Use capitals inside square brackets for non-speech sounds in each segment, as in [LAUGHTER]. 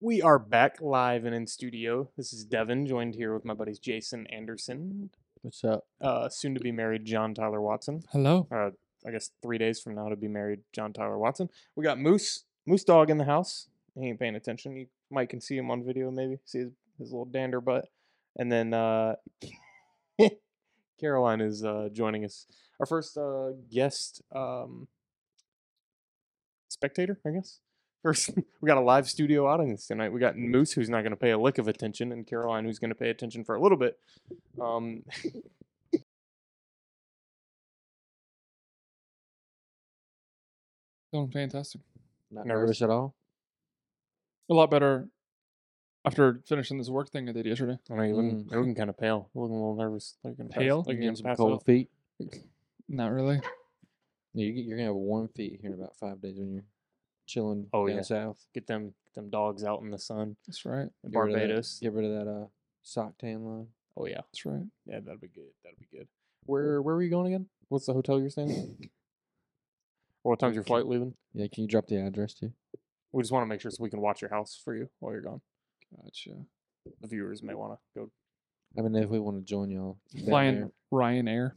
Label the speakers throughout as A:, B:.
A: We are back live and in studio. This is Devin, joined here with my buddies Jason Anderson,
B: What's up?
A: uh, soon to be married John Tyler Watson.
B: Hello.
A: Uh, I guess three days from now to be married John Tyler Watson. We got Moose, Moose Dog in the house. He ain't paying attention. You might can see him on video, maybe see his, his little dander butt. And then uh, [LAUGHS] Caroline is uh, joining us. Our first uh, guest um, spectator, I guess. First, [LAUGHS] we got a live studio audience tonight. We got Moose, who's not going to pay a lick of attention, and Caroline, who's going to pay attention for a little bit. Um, [LAUGHS]
C: Doing Oh, fantastic.
B: Not
A: Nervous.
B: nervous, at all.
C: A lot better after finishing this work thing I did yesterday.
A: I know you're looking,
B: Mm.
A: you're looking kind of pale. You're looking a little nervous. Like you're gonna
C: Pale?
A: Pass, like
B: You're
A: you're gonna
B: getting some
A: pass
B: cold
A: out.
B: feet.
C: Not really.
B: You, get- you're gonna have warm feet here in about five days when you're chilling
A: Oh,
B: down
A: yeah.
B: south.
A: Get them, get them dogs out in the sun.
C: That's right.
A: in
B: Get rid of that-
A: Barbados.
B: Get rid of that uh, sock tan line.
A: Oh yeah,
C: That's right.
A: yeah, that'll be good. That'll be good. Where where were you going again? What's the hotel you're staying? at? or [COUGHS] what time's your flight leaving?
B: Yeah, can you drop the address too?
A: We just want to make sure so we can watch your house for you while you're gone.
C: Gotcha.
A: The viewers may want to go.
B: I mean, if we want to join y'all, down
C: Flying
B: there.
C: Ryanair.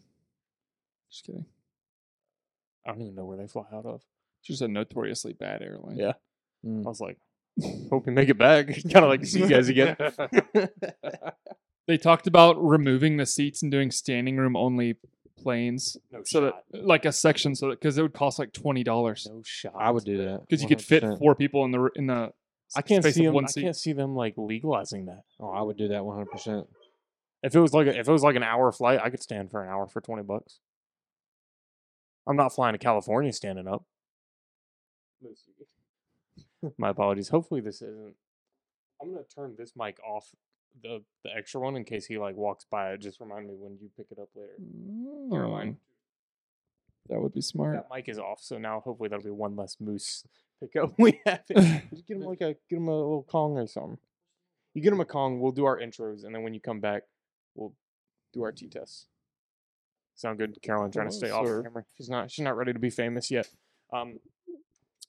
C: Just kidding.
A: I don't even know where they fly out of.
C: It's just a notoriously bad airline.
A: Yeah. I
B: Mm.
A: was [COUGHS] like, hope you make it back. [LAUGHS] kind of like to see you guys [LAUGHS] again.
C: They talked about removing the seats and doing standing room only planes.
A: no
C: So
A: shot.
C: that like a section so that because it would cost like twenty dollars.
A: no shot.
B: I would do that
C: Because you could fit
B: 100%.
C: four people in the r- in the
A: I can't
C: space
A: see
C: of
A: them.
C: one
A: I
C: seat.
A: can't see them like legalizing that.
B: Oh, I would do that 100. percent
A: If it was like a, if it was like an hour flight, I could stand for an hour for twenty bucks. I'm not flying to California standing up. [LAUGHS] My apologies. Hopefully this isn't. I'm gonna turn this mic off the the extra one in case he like walks by. Just remind me when you pick it up later. Caroline.
C: Mm, That would be smart.
A: That mic is off, so now hopefully that'll be one less moose [LAUGHS] pickup we have. Just get him like a get him a little Kong or something. You get him a Kong, we'll do our intros, and then when you come back, we'll do our T tests. Sound good? Caroline trying to
C: Hello,
A: stay off
C: sir.
A: camera. She's not she's not ready to be famous yet. Um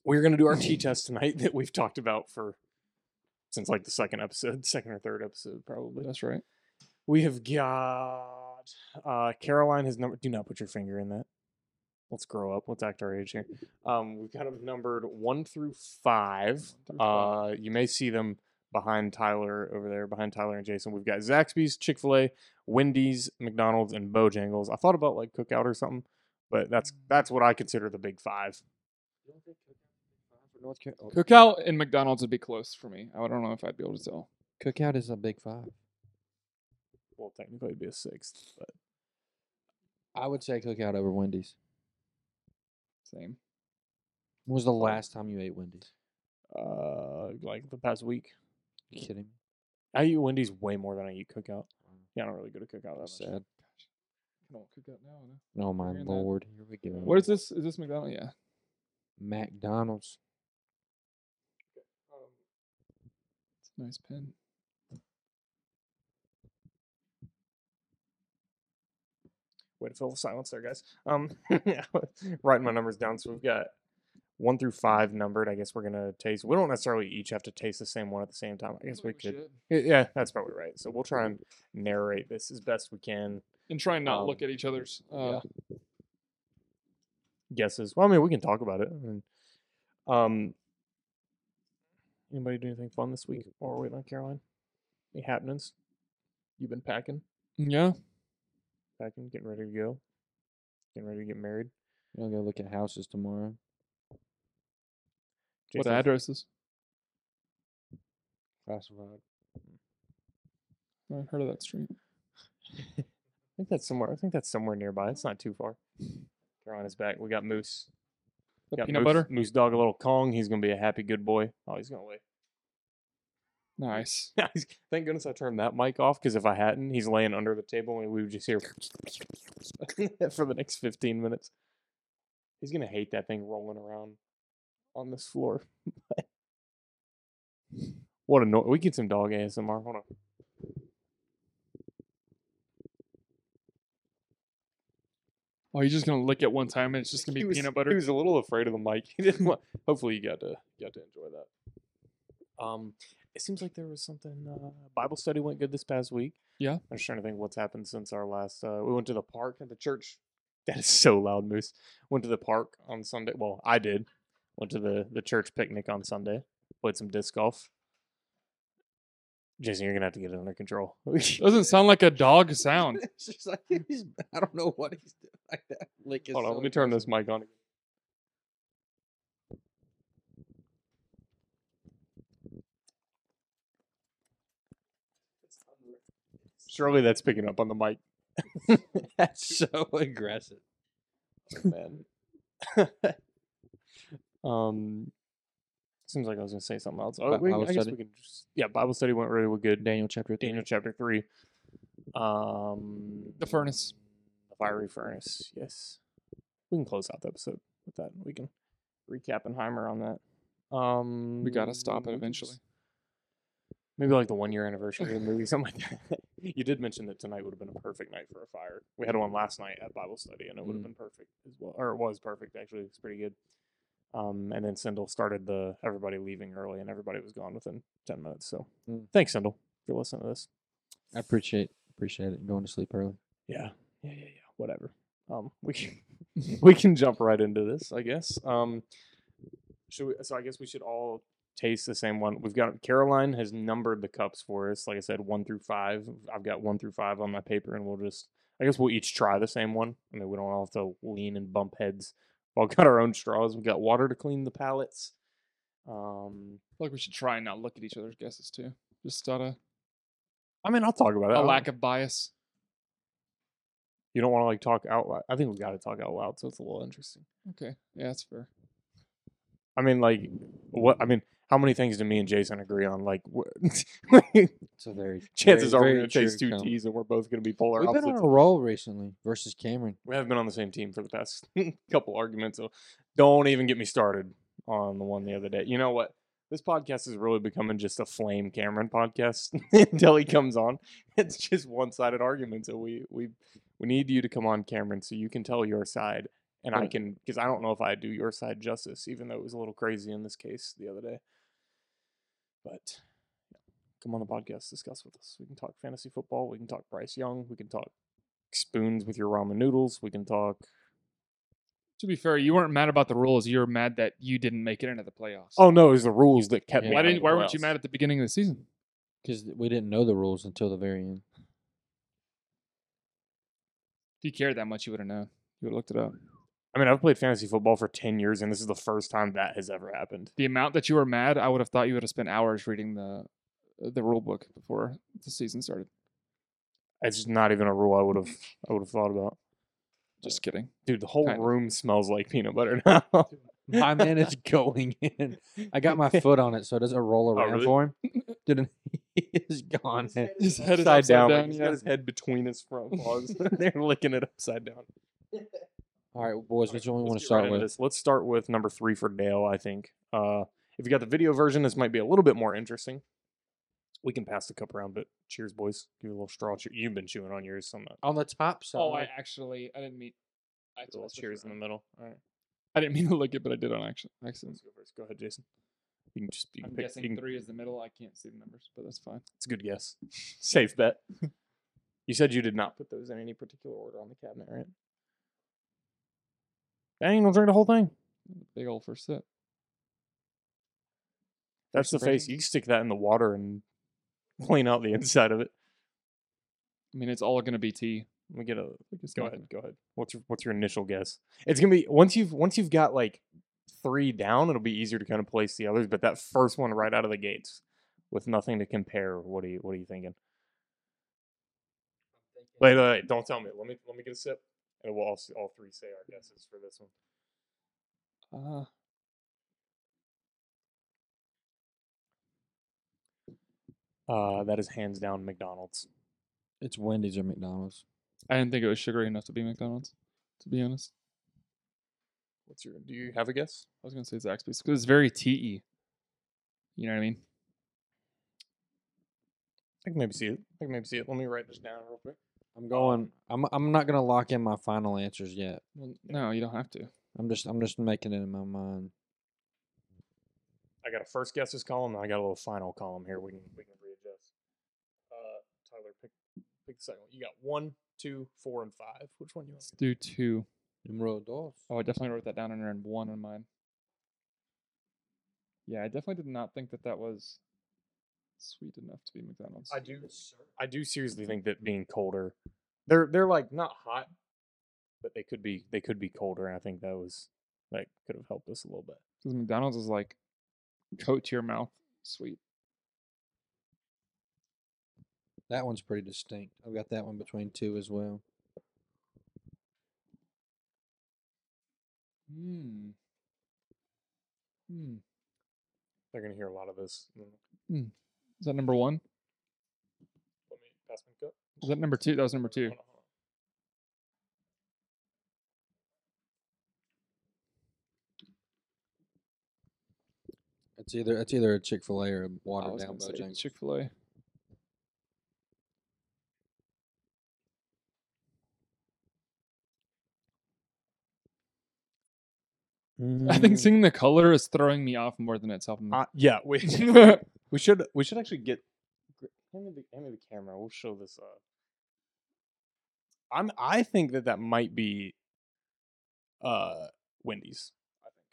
A: we're gonna do our T test tonight [LAUGHS] that we've talked about for since like the second episode, second or third episode probably.
C: That's right.
A: We have got uh Caroline has number do not put your finger in that. Let's grow up. Let's act our age here. Um we've got them numbered one through five.
C: One through five.
A: Uh you may see them behind Tyler over there, behind Tyler and Jason. We've got Zaxby's, Chick-fil-A, Wendy's, McDonald's, and Bojangles. I thought about like cookout or something, but that's that's what I consider the big five.
B: North Carolina.
C: Cookout and McDonald's would be close for me. I don't know if I'd be able to tell.
B: Cookout is a big five.
A: Well, technically it'd be a sixth, but
B: I would say Cookout over Wendy's.
C: Same.
B: When was the last time you ate Wendy's?
A: uh like the past week.
B: You kidding? me?
A: I eat Wendy's way more than I eat cookout. Yeah, I don't really go to cookout that much.
B: Sad.
C: Come on, cook up now, huh?
B: Oh my
C: Hearing that.
B: lord. Here we go.
C: What is this? Is this McDonald's? Yeah.
B: McDonald's?
A: Um,
C: It's a nice pen.
A: Way to fill the silence there, guys. Um, [LAUGHS] writing my numbers down. So we've got one through five numbered. I guess we're gonna taste. We don't necessarily each have to taste the same one at the same time. I guess we could. Y- Yeah, that's probably right. So we'll try and narrate this as best we can.
C: And try and not
A: Um,
C: look at each other's. Uh,
A: Guesses. Well, I mean, we can talk about it. I mean, um, anybody do anything fun this week while we're waiting on Caroline? Any happenings? You've been packing,
C: yeah.
A: packing, getting ready to go, getting ready to get married.
B: We're gonna go look at houses tomorrow.
C: What
A: Jason's-
C: addresses?
B: Classified.
C: I haven't heard of that street.
A: I think that's somewhere. I think that's somewhere nearby. It's not too far. Carolina's back. We got Moose.
C: The
A: Got
C: peanut
A: Moose-
C: butter.
A: Moose dog, a little Kong. He's gonna be a happy good boy. Oh, he's gonna wait. [LAUGHS]
C: Nice.
A: He's- Thank goodness I turned that mic off because if I hadn't, he's laying under the table and we would just hear [LAUGHS] for the next fifteen minutes. He's gonna [LAUGHS] hate that thing rolling around on this floor. [SIGHS] What a no- we get some dog ASMR. Hold on.
C: Oh, you're just gonna lick it one time and it's just gonna be
A: He was-
C: peanut butter.
A: He was a little afraid of the mic. [LAUGHS] He didn't want. Hopefully, you got to got to enjoy that. Um, it seems like there was something. Uh, Bible study went good this past week.
C: Yeah.
A: I'm just trying to think what's happened since our last. Uh, we went to the park at the church. [LAUGHS] That is so loud, Moose. Went to the park on Sunday. Well, I did. Went to the the church picnic on Sunday. Played some disc golf. Jason, you're gonna have to get it under control. [LAUGHS]
C: Doesn't sound like a dog sound.
B: [LAUGHS] it's just like he's, I don't know what he's doing. [LAUGHS] Like that lick is
A: Hold on,
B: so
A: let me turn this mic on. again. Surely that's picking up on the mic.
B: [LAUGHS] That's so aggressive. Oh,
A: man. [LAUGHS] um, seems like I was gonna say something else. Oh,
B: Bi-
A: we,
B: Bible
A: I guess
B: study?
A: we can just yeah. Bible study went really good.
B: Daniel chapter three.
A: Daniel chapter three. Um,
C: The furnace.
A: the fiery furnace. Yes, we can close out the episode with that. We can recap and Heimer on that. Um,
C: We gotta stop it
A: we can
C: eventually.
A: just- Maybe like the one year anniversary of the movie, [LAUGHS] something like that. you did mention that tonight would have been a perfect night for a fire. We had one last night at Bible study, and it would have
B: Mm.
A: been perfect as well, or it was perfect actually. It's pretty good. Um, and then Sindel started the everybody leaving early, and everybody was gone within ten minutes. So
B: Mm.
A: thanks, Sindel, for listening to this.
B: I appreciate appreciate it. Going to sleep early.
A: Yeah. Yeah, yeah, yeah. Whatever. Um we can
C: [LAUGHS]
A: [LAUGHS] we can jump right into this, I guess. Um should we, so I guess we should all taste the same one. We've got Caroline has numbered the cups for us. Like I said, one through five. I've got one through five on my paper and we'll just I guess we'll each try the same one. I mean we don't all have to lean and bump heads. We've all [LAUGHS] got our own straws. We've got water to clean the palates. Um
C: like we should try and not look at each other's guesses too. Just out of
A: I mean I'll talk about it.
C: a
A: I
C: lack
A: don't-
C: of bias.
A: you don't want to like talk out loud. I think we gotta talk out loud, so it's a little interesting.
C: Okay. Yeah, that's fair.
A: I mean, like, what? I mean, how many things do me and Jason agree on? Like, [LAUGHS] wh-
B: So very
A: [LAUGHS] chances
B: very,
A: are we're
B: very
A: going to chase
B: true
A: two
B: count.
A: T's and we're both going to be polar
B: We've
A: opposites.
B: been on a roll recently versus Cameron.
A: we have been on the same team for the past [LAUGHS] couple arguments, so don't even get me started on the one the other day. You know what? This podcast is really becoming just a flame Cameron podcast [LAUGHS] until he comes on. It's just one sided argument. So we we we need you to come on, Cameron, so you can tell your side, and I
B: Right.
A: can because I don't know if I do your side justice, even though it was a little crazy in this case the other day. But come on the podcast, discuss with us. We can talk fantasy football. We can talk Bryce Young. We can talk spoons with your ramen noodles. We can talk.
C: To be fair, you weren't mad about the rules. You were mad that you didn't make it into the playoffs.
A: Oh no, it was the rules that kept me.
C: why
A: out of
C: didn't?
A: the
C: Why weren't you
A: playoffs.
C: mad at the beginning of the season?
B: Because we didn't know the rules until the very end.
C: If you cared that much, you would have known. You would have looked it up.
A: I mean, I've played fantasy football for ten years, and this is the first time that has ever happened.
C: The amount that you were mad, I would have thought you would have spent hours reading the uh, the rule book before the season started.
A: It's just not even a rule I would
C: [LAUGHS]
A: have I would have thought about.
C: Just kidding.
A: Dude, the whole
C: Kind of.
A: room smells like peanut butter now. [LAUGHS]
B: My man [LAUGHS] is going in. I got my foot on it so it doesn't roll around
A: Oh, really?
B: [LAUGHS] for him. Dude, he [LAUGHS] is gone. in.
C: His head is
A: upside down. like, he's
C: yeah.
A: got his head between his
C: [LAUGHS]
A: front paws. [LAUGHS] They're licking it upside down.
B: All right, boys, which one we
A: Let's get
B: want to
A: right
B: start
A: into
B: with?
A: this. Let's start with number three for Dale, I think. Uh, if you got the video version, this might be a little bit more interesting. We can pass the cup around, but cheers, boys. Give it a little straw. Cheer. You've been chewing on yours, so I'm not.
B: On the top side.
C: Oh, I actually, I didn't mean. I,
A: It's a little cheers in the middle. All right.
C: I didn't mean to look it, but I did on action. Accident.
A: Let's go first. Go ahead, Jason. You can just. You can
C: I'm
A: pick, you
C: guessing
A: can-
C: three is the middle. I can't see the numbers, but that's fine.
A: It's a good guess. [LAUGHS] Safe bet. You said you did not put those in any particular order on the cabinet, right? Dang, don't drink the whole thing.
C: Big old first sip.
A: That's the face.
C: impressions?
A: You can stick that in the water and [LAUGHS] clean out the inside of it.
C: I mean, it's all gonna be tea.
A: Let me get a
C: Like, it's
A: go
C: not
A: ahead.
C: gonna-
A: Go ahead. What's your what's your initial guess? It's gonna be once you've once you've got like three down, it'll be easier to kind of place the others. But that first one right out of the gates with nothing to compare. What are you what are you thinking? Wait, wait, wait, don't tell me. Let me let me get a sip, and we'll all s- all three say our guesses for this one.
C: Uh,
A: Uh, that is hands down McDonald's.
B: It's Wendy's or McDonald's.
C: I didn't think it was sugary enough to be McDonald's. To be honest,
A: What's your? Do you have a guess?
C: E. I was gonna say Zaxby's because it's very tea. You know what I mean?
A: I can maybe see it. I can maybe see it. Let me write this down real quick.
B: I'm going. I'm. I'm not gonna lock in my final answers yet.
C: Well, no, you don't have to.
B: I'm just. I'm just making it in my mind.
A: I got a first guesses column, and I got a little final column here. We can we can readjust. Uh, Tyler, pick pick the second one. You got one, two, four, and five. Which one you want?
C: Let's do two.
B: Numero dos.
C: Oh, I definitely wrote that down under and one on mine. Yeah, I definitely did not think that that was sweet enough to be McDonald's.
A: I do. I do seriously think that being colder, they're they're like not hot, but they could be they could be colder. And I think that was that could have helped us a little bit.
C: Because McDonald's is like coat to your mouth sweet.
B: That one's pretty distinct. I've got that one between two as well.
C: Hmm. Hmm.
A: They're gonna hear a lot of this. Mm.
C: Is that number one?
A: Let me pass my cup.
C: Is that number two? That was number two.
A: Hold on, hold on.
B: It's either. It's either a Chick Fil A or a
C: Oh, I
B: watered
C: was
B: down
C: gonna say
B: Bojangles.
C: Chick Fil A. [LAUGHS] I
A: Mm.
C: think seeing the color is throwing me off more than it's helping me.
A: Uh, yeah, we [LAUGHS] we should we should actually get gr- hand me the, hand me the camera. We'll show this. Uh, I'm I think that that might be, uh, Wendy's. I think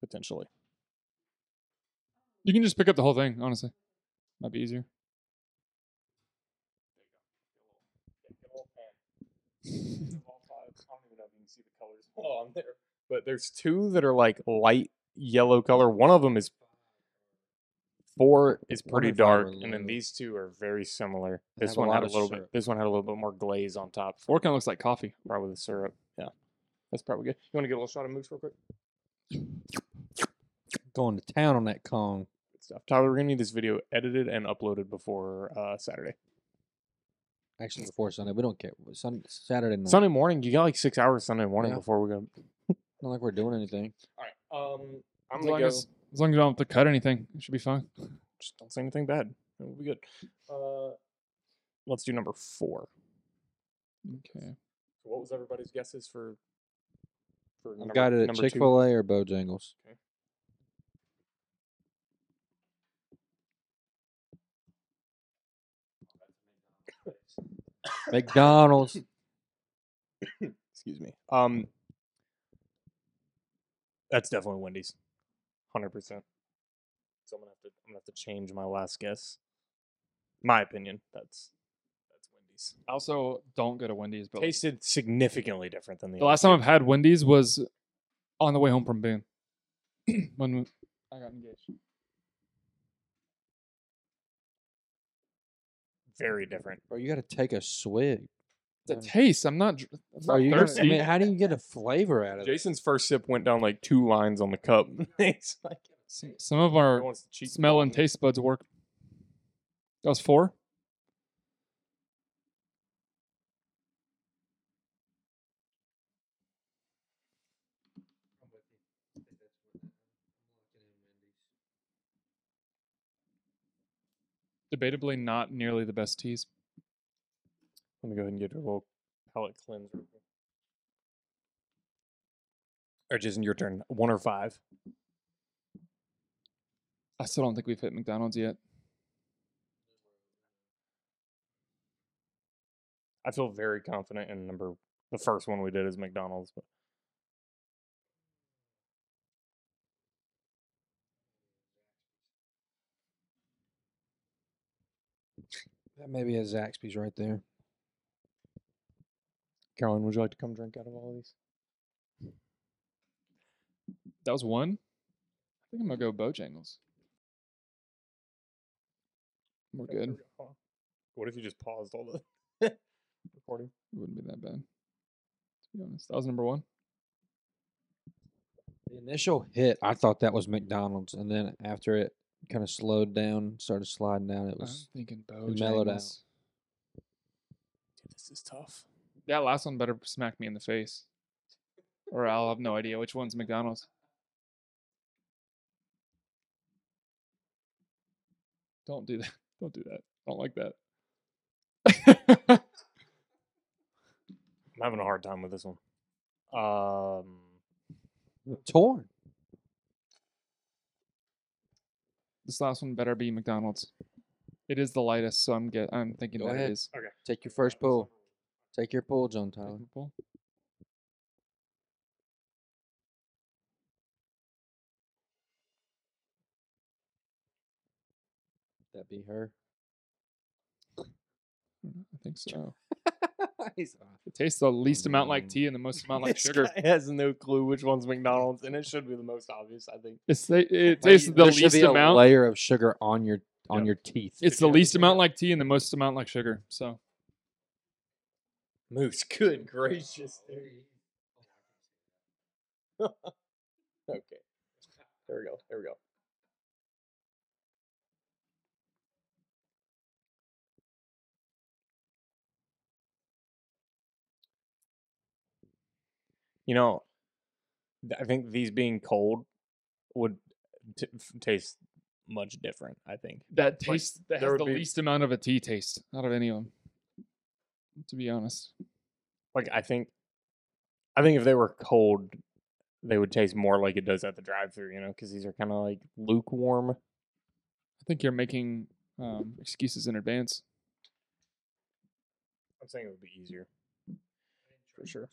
A: potentially.
C: you can just pick up the whole thing, honestly. Might be easier.
A: Oh, I'm there. But there's two that are like light yellow color. One of them is four is pretty
B: if I were
A: dark, and then
B: Lou.
A: these two are very similar.
B: They
A: This
B: have a
A: one
B: lot
A: had a
B: of
A: little
B: syrup.
A: bit. This one had a little bit more glaze on top,
C: Four kind of looks like coffee.
A: probably the syrup. Yeah, that's probably good. You want to get a little shot of Moose real quick?
B: Going to town on that Kong.
A: Good stuff. Tyler, we're gonna need this video edited and uploaded before uh, Saturday.
B: Actually, before Sunday, we don't care. Sunday, Saturday night.
A: Sunday morning, you got like six hours Sunday morning
B: Yeah.
A: before we go.
B: Not like we're doing anything.
A: All right, um, I'm
C: As
A: gonna
C: long
A: go.
C: as, as long as you don't have to cut anything, it should be fine.
A: just don't say anything bad. It'll be good. Uh, let's do number four.
C: Okay.
A: So what was everybody's guesses for? For
B: I've got it at Chick
A: [LAUGHS]
B: Fil A or Bojangles.
C: [COUGHS]
B: McDonald's.
A: Excuse me. Um, that's definitely Wendy's, hundred percent. So I'm gonna have to I'm gonna have to change my last guess. My opinion. That's that's Wendy's.
C: I also don't go to Wendy's, but like,
A: Tasted significantly different than the,
C: the last time I've had Wendy's was on the way home from Boone [CLEARS THROAT] when we- I got engaged.
A: Very different.
B: Bro, you got to take a swig.
C: The
B: Um,
C: taste, I'm not. dr- I'm
B: Bro,
C: not
B: you gotta, I
C: thirsty.
B: mean, how do you get a flavor out of it?
A: Jason's first sip went down like two lines on the cup. [LAUGHS] It's like,
C: Some, some of
A: who
C: our
A: wants to cheat
C: smell and
A: taste.
C: taste buds work. That was four. Debatably, not nearly the best teas.
A: Let me go ahead and get a little palate cleanse. real quick. Or Jason, your turn. One or five.
C: I still don't think we've hit McDonald's yet.
A: I feel very confident in number. The first one we did is McDonald's, but
B: That may be a Zaxby's right there.
A: Carolyn, would you like to come drink out of all these?
C: That was one. I think I'm gonna go Bojangles. We're good. It
A: What if you just paused all the [LAUGHS] recording?
C: wouldn't be that bad. To be honest, that was number one.
B: The initial hit, I thought that was McDonald's, and then after it kind of slowed down, started sliding down, it
C: I'm
B: was
C: thinking
B: it mellowed out.
C: Bojangles.
A: Dude, this is tough.
C: That last one better smack me in the face, or I'll have no idea which one's McDonald's. Don't do that. [LAUGHS] Don't do that. don't like that.
B: [LAUGHS]
A: I'm having a hard time with this one. Um,
B: Torn.
C: this last one better be McDonald's. It is the lightest, so I'm get I'm thinking
B: Go
C: that
B: ahead.
C: it is.
B: Take your first pull. Take your pull, John Tyler.
C: Technical.
B: That be her.
C: I think so.
B: [LAUGHS] He's- uh,
C: It tastes the least amount like
B: Mm.
C: tea and the most amount
A: [LAUGHS]
C: like
A: this
C: sugar.
A: guy has no clue which one's McDonald's, and it should be the most obvious, I think.
C: It's the, it
B: Like,
C: tastes the
B: there should
C: least
B: be a
C: amount.
B: layer of sugar on your on
A: Yep.
B: your teeth.
C: It's
A: if
C: the
A: you have
C: least
A: sugar.
C: amount like tea and the most amount like sugar. So
A: Moose, [LAUGHS] good gracious, dude. [LAUGHS] okay. There we go. There we go. You know, th- I think these being cold would t- f- taste much different. I think.
C: that
A: Like,
C: tastes that
A: there
C: has
A: would
C: the
A: be-
C: least amount of a tea taste out of any of them. To be honest,
A: Like I think, I think if they were cold, they would taste more like it does at the drive-through. You know, because these are kind of like lukewarm.
C: I think you're making um, excuses in advance.
A: I'm saying it would be easier. For sure.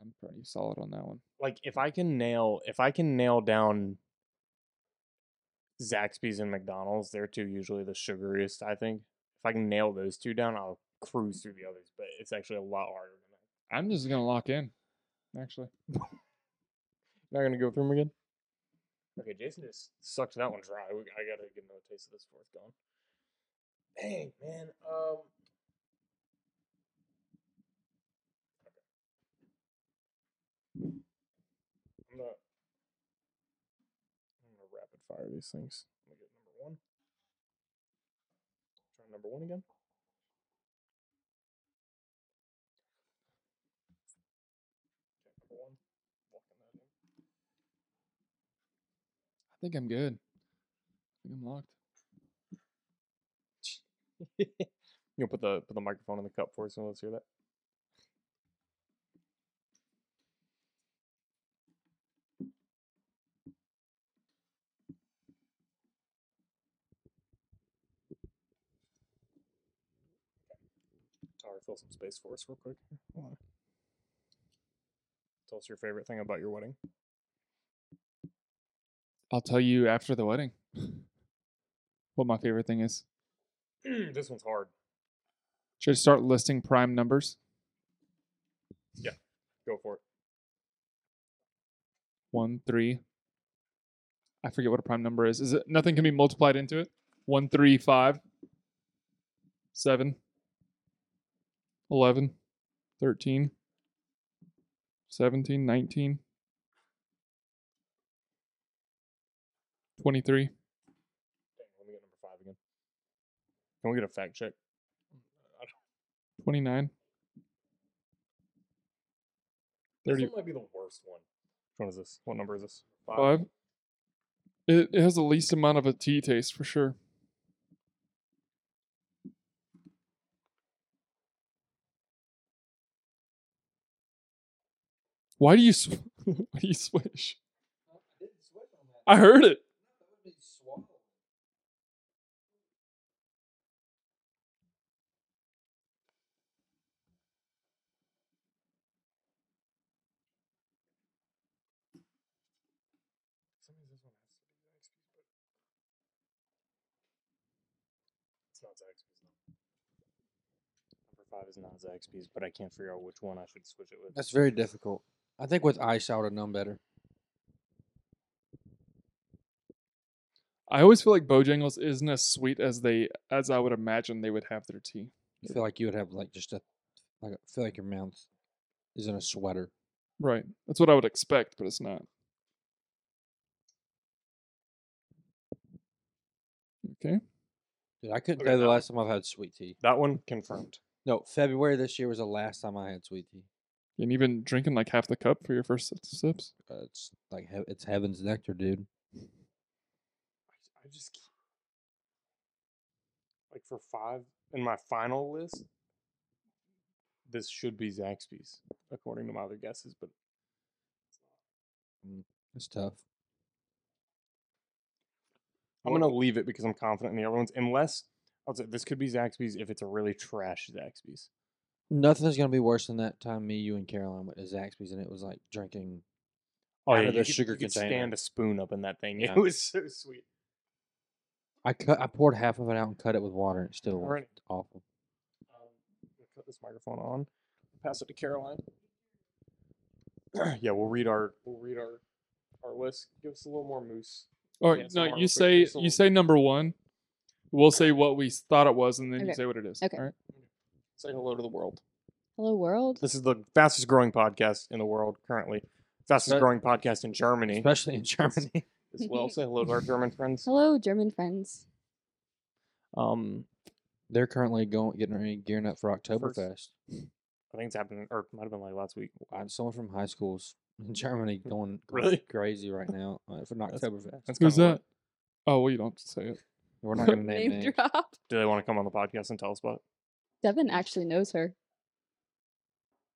C: I'm pretty solid on that one.
A: Like if I can nail if I can nail down Zaxby's and McDonald's, they're two usually the sugariest, I think. If I can nail those two down, I'll cruise through the others, but it's actually a lot harder than that.
C: I'm just gonna lock in. Actually,
A: Not gonna go through them again? Okay, Jason just sucked that one dry. We, I gotta get another taste of this before it's gone. Dang, man. Um I'm not I'm gonna rapid fire these things. I'm gonna get number one. Try number one again. Okay, number one. Walking that in.
C: I think I'm good. I think I'm locked.
A: you know, put the put the microphone in the cup for us and let's hear that. Tyler, fill some space for us real quick. here. Hold on. Tell us your favorite thing about your wedding. [CLEARS THROAT]
C: I'll tell you after the wedding [LAUGHS] what my favorite thing is.
A: this one's hard.
C: Should I start listing prime numbers?
A: Go for it.
C: One, three. I forget what a prime number is. Is it nothing can be multiplied into it? One, three, five, seven, eleven, thirteen, seventeen, nineteen, twenty-three.
A: Dang, let me get number five again. Can we get a fact check?
C: 29
A: This
C: 30
A: one might be the worst one. Which one is this? What number is this?
C: five. It, it has the least amount of a tea taste for sure. Why do you sw- [LAUGHS] why do you swish?
A: oh,
C: I heard it.
A: For some reason, this one has to be Zaxby's, but it's not Zaxby's. No. Number five is not Zaxby's, but I can't figure out which one I should switch it with.
B: That's very difficult. I think with ice, I would have known better.
C: I always feel like Bojangles isn't as sweet as they as I would imagine they would have their tea.
B: I feel like you would have like just a like I feel like your mouth is in a sweater.
C: Right. That's what I would expect, but it's not. Okay.
B: Dude, I couldn't
A: Okay,
B: tell you the
A: now-
B: last time I've had sweet tea.
A: that one confirmed.
B: No, February this year was the last time I had sweet tea.
C: And you've been drinking like half the cup for your first six sips.
B: Uh, it's like hea- it's heaven's nectar, dude.
A: I, I just can't. for five in my final list, this should be Zaxby's, according to my other guesses. But
B: It's tough.
A: I'm gonna leave it because I'm confident in the other ones. Unless I'll say this could be Zaxby's if it's a really trash Zaxby's.
B: Nothing's gonna be worse than that time me, you, and Caroline went to Zaxby's and it was like drinking.
A: Oh
B: Out
A: yeah,
B: of
A: you
B: the
A: could-
B: sugar
A: you could
B: container.
A: stand a spoon up in that thing.
B: Yeah.
A: [LAUGHS] It was so sweet.
B: I cut. I poured half of it out and cut it with water, and it still was
A: Alright.
B: awful.
A: Um, I'm gonna cut this microphone on. Pass it to Caroline. [CLEARS THROAT] yeah, we'll read our we'll read our our list. Give us a little more moose.
C: Or
A: Yeah, it's
C: no,
A: tomorrow,
C: you
A: but
C: say
A: it's a
C: you
A: little-
C: say number one. We'll say what we thought it was, and then you
D: Okay.
C: say what it is.
D: Okay.
C: All right.
A: Say hello to the world.
D: Hello, world.
A: This is the fastest growing podcast in the world currently. Fastest
B: Spe-
A: growing podcast in Germany
B: Especially in [LAUGHS] Germany.
A: as well. Say hello to our German [LAUGHS] friends.
D: Hello, German friends.
A: Um,
B: They're currently going getting ready, gearing up for Oktoberfest.
A: I think it's happening, or might have been like last week.
B: I, someone from high schools in [LAUGHS] Germany going, going
A: Hmm. Really?
B: crazy right now uh, for an
A: That's-
B: Oktoberfest.
A: That's kinda
C: Who's that?
A: what-
C: Oh well, you don't have to say it.
B: We're
A: [LAUGHS]
B: not gonna name names.
D: drop.
A: Do they want to come on the podcast and tell us about it?
D: Devin actually knows her.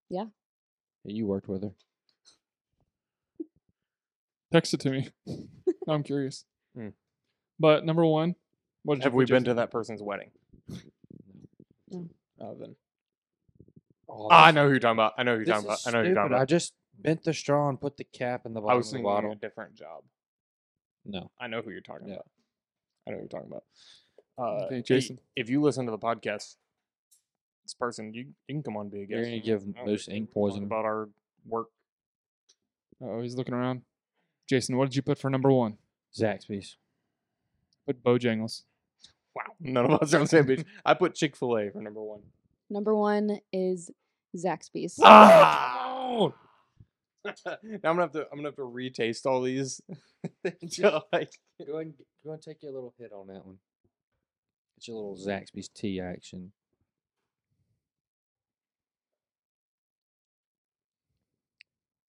B: You worked with her.
C: Text it
A: [LAUGHS]
C: to me. I'm curious.
A: Hmm.
C: But number one, what did
A: Have
C: you
A: we
C: put yours
A: been to that person's wedding?
D: No.
A: Oh, then.
B: Oh,
A: Ah, I
B: this-
A: know who you're talking about. I know who you're
B: this
A: talking about.
B: is
A: I know who you're
B: stupid.
A: talking
B: I
A: about.
B: just bent the straw and put the cap in the
A: I
B: bottom
A: was
B: of the
A: thinking a
B: bottle.
A: different job.
B: No.
A: I know who you're talking
B: Yeah.
A: about. I know who you're talking about. Uh,
C: Okay,
A: hey,
C: Jason.
A: if you listen to the podcast, this person, you, you can come on and be a guest.
B: You're gonna give
A: I don't
B: Moose
A: think
B: ink
A: we talked
B: poison.
A: about our work.
C: Oh, he's looking around. Jason, what did you put for number one?
B: Zaxby's.
C: Put Bojangles.
A: Wow, [LAUGHS] none of us are on the same page. I put Chick Fil A for number [LAUGHS] one.
D: Number one is Zaxby's.
A: Ah! [LAUGHS] now I'm gonna have to. I'm gonna have to retaste all these. [LAUGHS] until I-
B: Go and go and take your little hit on that one. It's your little Zaxby's tea action.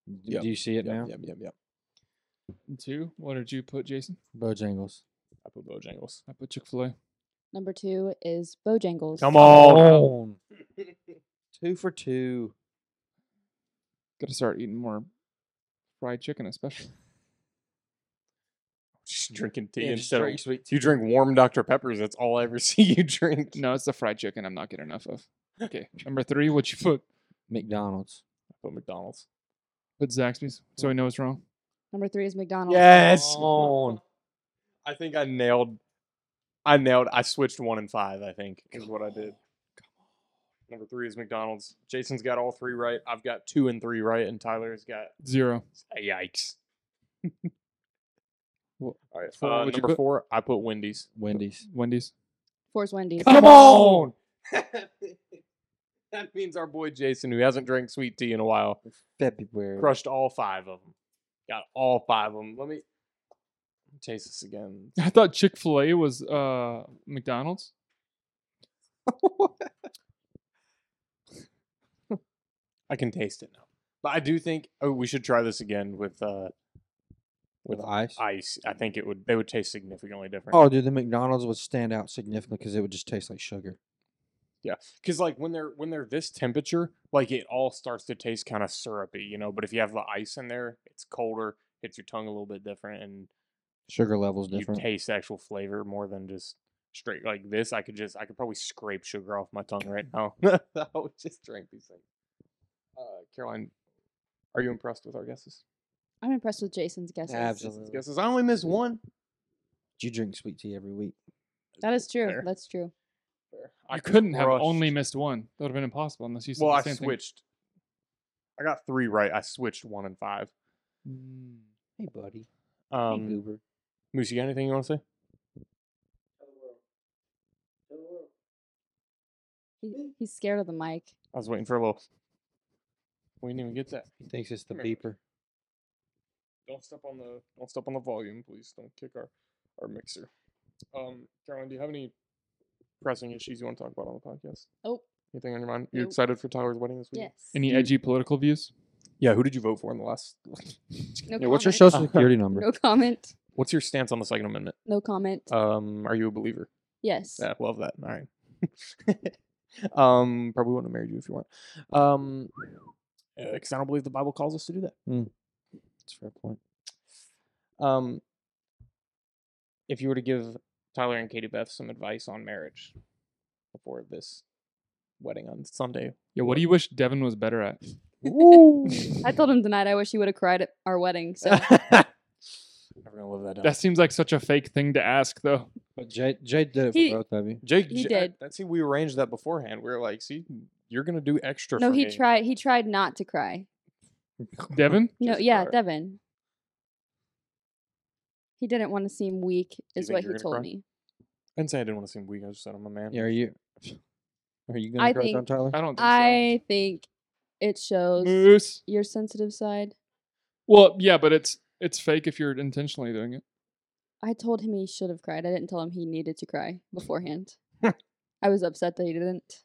B: D-
C: Yep,
B: Do you see it now?
A: yep, yep, yep.
C: And two, what did you put, Jason?
B: Bojangles.
A: I put Bojangles.
C: I put Chick fil A.
D: Number two is Bojangles.
A: Come on.
B: on.
A: [LAUGHS]
B: two for two.
C: Gotta start eating more fried chicken, especially.
A: Just drinking tea
B: Yeah, just
A: instead.
B: drink
A: Of,
B: sweet
A: you drink warm Dr Peppers. That's all I ever [LAUGHS] see you drink.
C: no, it's the fried chicken I'm not getting
A: [LAUGHS]
C: enough of. Okay. Number three, what you put?
B: McDonald's.
A: I put McDonald's.
C: Put Zaxby's. So I know it's wrong.
D: Number three is McDonald's.
A: Yes.
B: on.
A: I think I nailed. I nailed. I switched one and five. I think is what I did. Number three is McDonald's. Jason's got all three right. I've got two and three right, and Tyler's got
C: Zero.
A: [LAUGHS] yikes.
C: Well,
A: all right.
C: four,
A: uh,
C: what'd you
A: number
C: put?
A: four, I put Wendy's.
B: Wendy's.
C: Wendy's.
D: Four's
A: [LAUGHS]
D: Wendy's.
A: that means our boy Jason, who hasn't drank sweet tea in a while,
B: February.
A: crushed all five of them. Got all five of them. Let me taste this again.
C: I thought Chick fil A was uh, McDonald's.
A: I can taste it now. But I do think oh, we should try this again with uh
B: [LAUGHS] With ice.
A: ice. I think it would they would taste significantly different.
B: Oh, dude, the McDonald's would stand out significantly because it would just taste like sugar.
A: because like when they're when they're this temperature, like it all starts to taste kind of syrupy, you know. But if you have the ice in there, it's colder, hits your tongue a little bit different, and
B: Sugar levels different.
A: you taste actual flavor more than just straight like this. I could just I could probably scrape sugar off my tongue right now. [LAUGHS] I would just drink these things. Uh, Caroline, are you impressed with our guesses?
D: I'm impressed with Jason's guesses.
B: Absolutely.
A: Jason's Guesses. I only missed one.
B: you drink sweet tea every week.
D: That is true.
A: Fair.
D: That's true.
C: I couldn't have only missed one. That would have been impossible unless you said
A: Well,
C: the
A: I
C: same thing.
A: switched. I got three right. I switched one and five.
C: Mm.
B: Hey, buddy. hey,
A: Um,
B: goober.
A: Moose, you got anything you want to say?
D: He, he's scared of the mic.
A: I was waiting for a little. We didn't even get that.
B: He thinks it's the
A: Come here.
B: beeper.
A: Don't step on the don't step on the volume, please. Don't kick our our mixer. Um, Caroline, do you have any pressing issues you want to talk about on the podcast?
D: Nope.
A: Anything on your mind? You
D: Nope.
A: excited for Tyler's wedding this week?
D: Oh, Yes.
C: Any edgy political views?
A: Yeah. Who did you vote for in the last?
D: No
B: Yeah, what's your Oh.
D: comment.
B: social security number?
D: No comment.
A: What's your stance on the Second Amendment?
D: No comment.
A: Um, are you a believer?
D: yes.
A: Uh, Yeah, love that. All right. [LAUGHS] um, probably wouldn't have married you if you weren't. Um, because I don't believe the Bible calls us to do that.
B: That's a fair point.
A: Um, if you were to give Tyler and Katie Beth some advice on marriage before this wedding on Sunday,
C: Yeah, what do you wish Devin was better at?
A: [LAUGHS]
D: I told him tonight I wish he would have cried at our wedding. So
A: Never gonna live that down.
C: That seems like such a fake thing to ask,
A: [LAUGHS]
C: though.
B: But Jade, Jade did it for
D: He-
B: both of you.
A: Jake,
D: He
A: J-
D: did.
A: I, that's see, we arranged that beforehand. We were like, see, you're gonna do extra.
D: no,
A: for
D: he
A: me.
D: tried. He tried not to cry.
C: Devin,
D: No,
A: Just
D: yeah,
A: cry.
D: Devin. He didn't want to seem weak,
A: you
D: is
A: think
D: what
A: you're
D: he
A: gonna
D: told
A: cry?
D: me.
A: I didn't say I didn't want to seem weak. I just said I'm a man.
B: Yeah, are you? Are you gonna
D: I
B: cry
D: think-
B: on Tyler?
C: I don't think
D: I think it
C: so.
D: shows
C: Moose.
D: your sensitive side.
C: Well, yeah, but it's it's fake if you're intentionally doing it.
D: I told him he should have cried. I didn't tell him he needed to cry beforehand.
A: [LAUGHS]
D: I was upset that he didn't.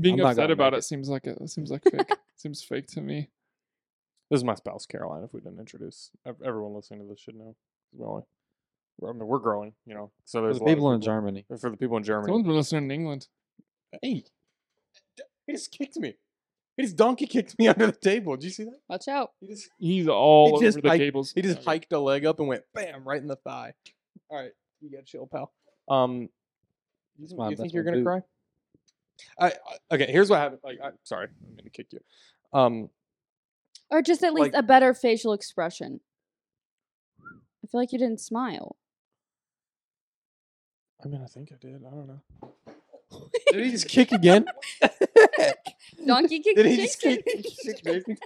C: Being
B: I'm not
C: upset
B: gonna
C: about
B: make
C: it, seems like it
A: [LAUGHS]
C: seems like fake. seems fake to me.
A: This is my spouse, Caroline. If we didn't introduce, ev- everyone listening to this should know. Well, I mean, we're growing, you know. So
B: For
A: there's a
B: the
A: lot of
B: people in Germany.
A: For the people in Germany,
C: Someone's been listening in England.
A: Hey, d- he just kicked me. He just donkey kicked me [LAUGHS] under the table. Did you see that?
D: Watch out.
A: He just
C: He's all
A: He just
C: over the
A: hiked-
C: cables.
A: he just
C: Okay.
A: hiked a leg up and went bam right in the thigh. All right, you got to chill, pal. Um, you, think-
B: my-
A: you
B: that's
A: think you're
B: my
A: gonna
B: boot.
A: cry? I, I okay. Here's what happened. Like, I, sorry, I'm gonna kick you. Um,
D: Or just at least
A: Like-
D: a better facial expression. I feel like you
A: [LAUGHS]
D: didn't smile. [LAUGHS]
A: I mean, I think I did. I don't know. Did he just kick [LAUGHS] again?
D: Donkey
A: [LAUGHS]
D: kick
A: Did he just kick, kick [LAUGHS] Jason?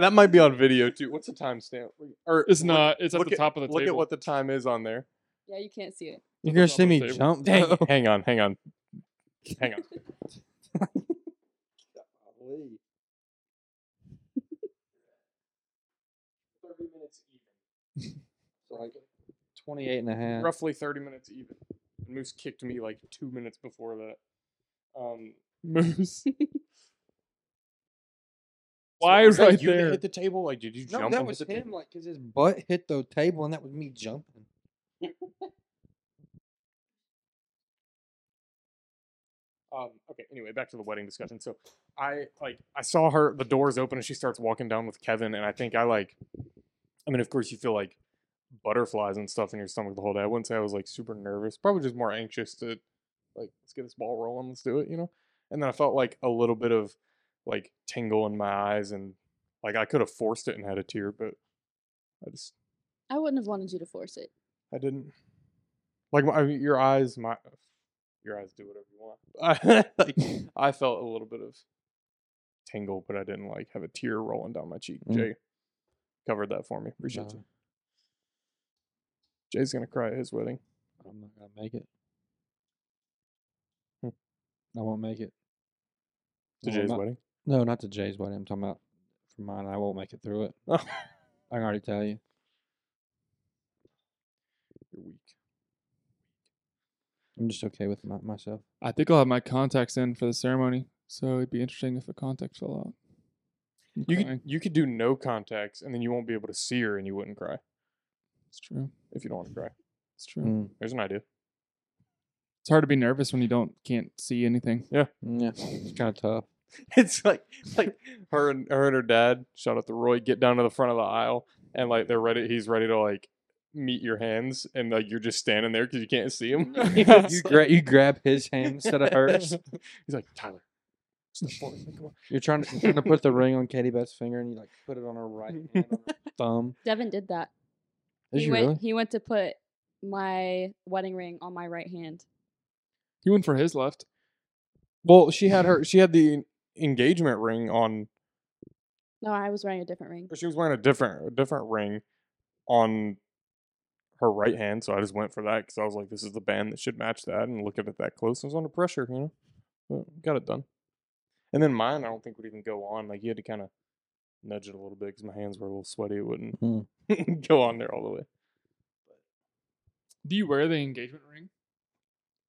A: That might be on video too. What's the timestamp? Or
C: It's
A: look-
C: not. It's at
A: look
C: the top of the
A: Look
C: table.
A: at what the time is on there.
D: [LAUGHS] yeah, you can't see it.
B: You're
C: Put
B: gonna
C: this
B: see
C: on the
B: me
A: [LAUGHS]
C: table.
B: jump.
A: Dang
C: [LAUGHS]
B: bro.
A: it. Hang on, hang on. Hang on. [LAUGHS]
B: So, like 28 and a half.
A: Roughly 30 minutes even. And Moose kicked me like two minutes before that. Um, [LAUGHS]
C: Moose.
A: so
C: Why
A: was that
C: right
A: you that
C: there?
A: Hit the table? Like, did you
B: No,
A: jump?
B: that
A: onto
B: was
A: the
B: him,
A: table?
B: like, because his butt hit the table, and that was me jumping.
A: Um, okay. Anyway, back to the wedding discussion. So, I like I saw her. The doors open and she starts walking down with Kevin, and I think I like. I mean, of course, you feel like butterflies and stuff in your stomach the whole day. I wouldn't say I was like super nervous. Probably just more anxious to like let's get this ball rolling, let's do it, you know. And then I felt like a little bit of like tingle in my eyes, and like I could have forced it and had a tear, but I just
D: I wouldn't have wanted you to force it.
A: I didn't. Like my, I mean, your eyes, my your eyes do whatever you want. [LAUGHS] like
B: [LAUGHS]
A: I felt a little bit of tingle, but I didn't like have a tear rolling down my cheek.
B: Mm.
A: Jay covered that for me. Appreciate
B: Nah,
A: you. Jay's gonna cry at his wedding.
B: I'm not gonna make it.
A: Hmm.
B: I won't make it.
A: To
B: I will
A: Jay's
B: not-
A: wedding. [LAUGHS]
B: No, not to Jay's wedding. I'm talking about for mine. I won't make it through it.
A: Oh,
B: I can already tell you.
A: you're weak.
B: I'm just okay with my, myself.
C: I think I'll have my contacts in for the ceremony, so it'd be interesting if the contacts fell out. I'm
A: You could
C: crying.
A: you could do no contacts, and then you won't be able to see her, and you wouldn't cry
C: It's true.
A: if you don't want to cry.
C: It's
B: Hmm.
C: true.
B: Mm,
A: Here's an idea.
C: It's hard to be nervous when you don't can't see anything.
B: mm, Yeah, it's kind of [LAUGHS] tough.
A: [LAUGHS] It's like like her and her and her dad. Shout out to Roy. Get down to the front of the aisle, and like they're ready. He's ready to like meet your hands, and like you're just standing there because you can't see
B: [LAUGHS]
A: him. [LAUGHS]
B: you, gra- you grab his hand instead of [LAUGHS] hers.
A: He's like Tyler. it's the fourth, come on."
B: You're trying to, you're trying to put the ring on Katie Beth's finger, and you like put it on her [LAUGHS] right hand, on her thumb.
D: Devin did that.
B: Is
D: he
B: you
D: went
B: really?
D: he went to put my wedding ring on my right hand.
C: He went for his left.
A: Well, she had her. She had the engagement ring on.
D: No, I was wearing a different ring.
A: or She was wearing a different a different ring on her right hand. So I just went for that because I was like, this is the band that should match that. And looking at that close, I was under pressure, you know. But got it done. And then mine, I don't think would even go on. Like you had to kind of nudge it a little bit because my hands were a little sweaty. It wouldn't
B: Mm.
A: [LAUGHS] go on there all the way.
C: Do you wear the engagement ring?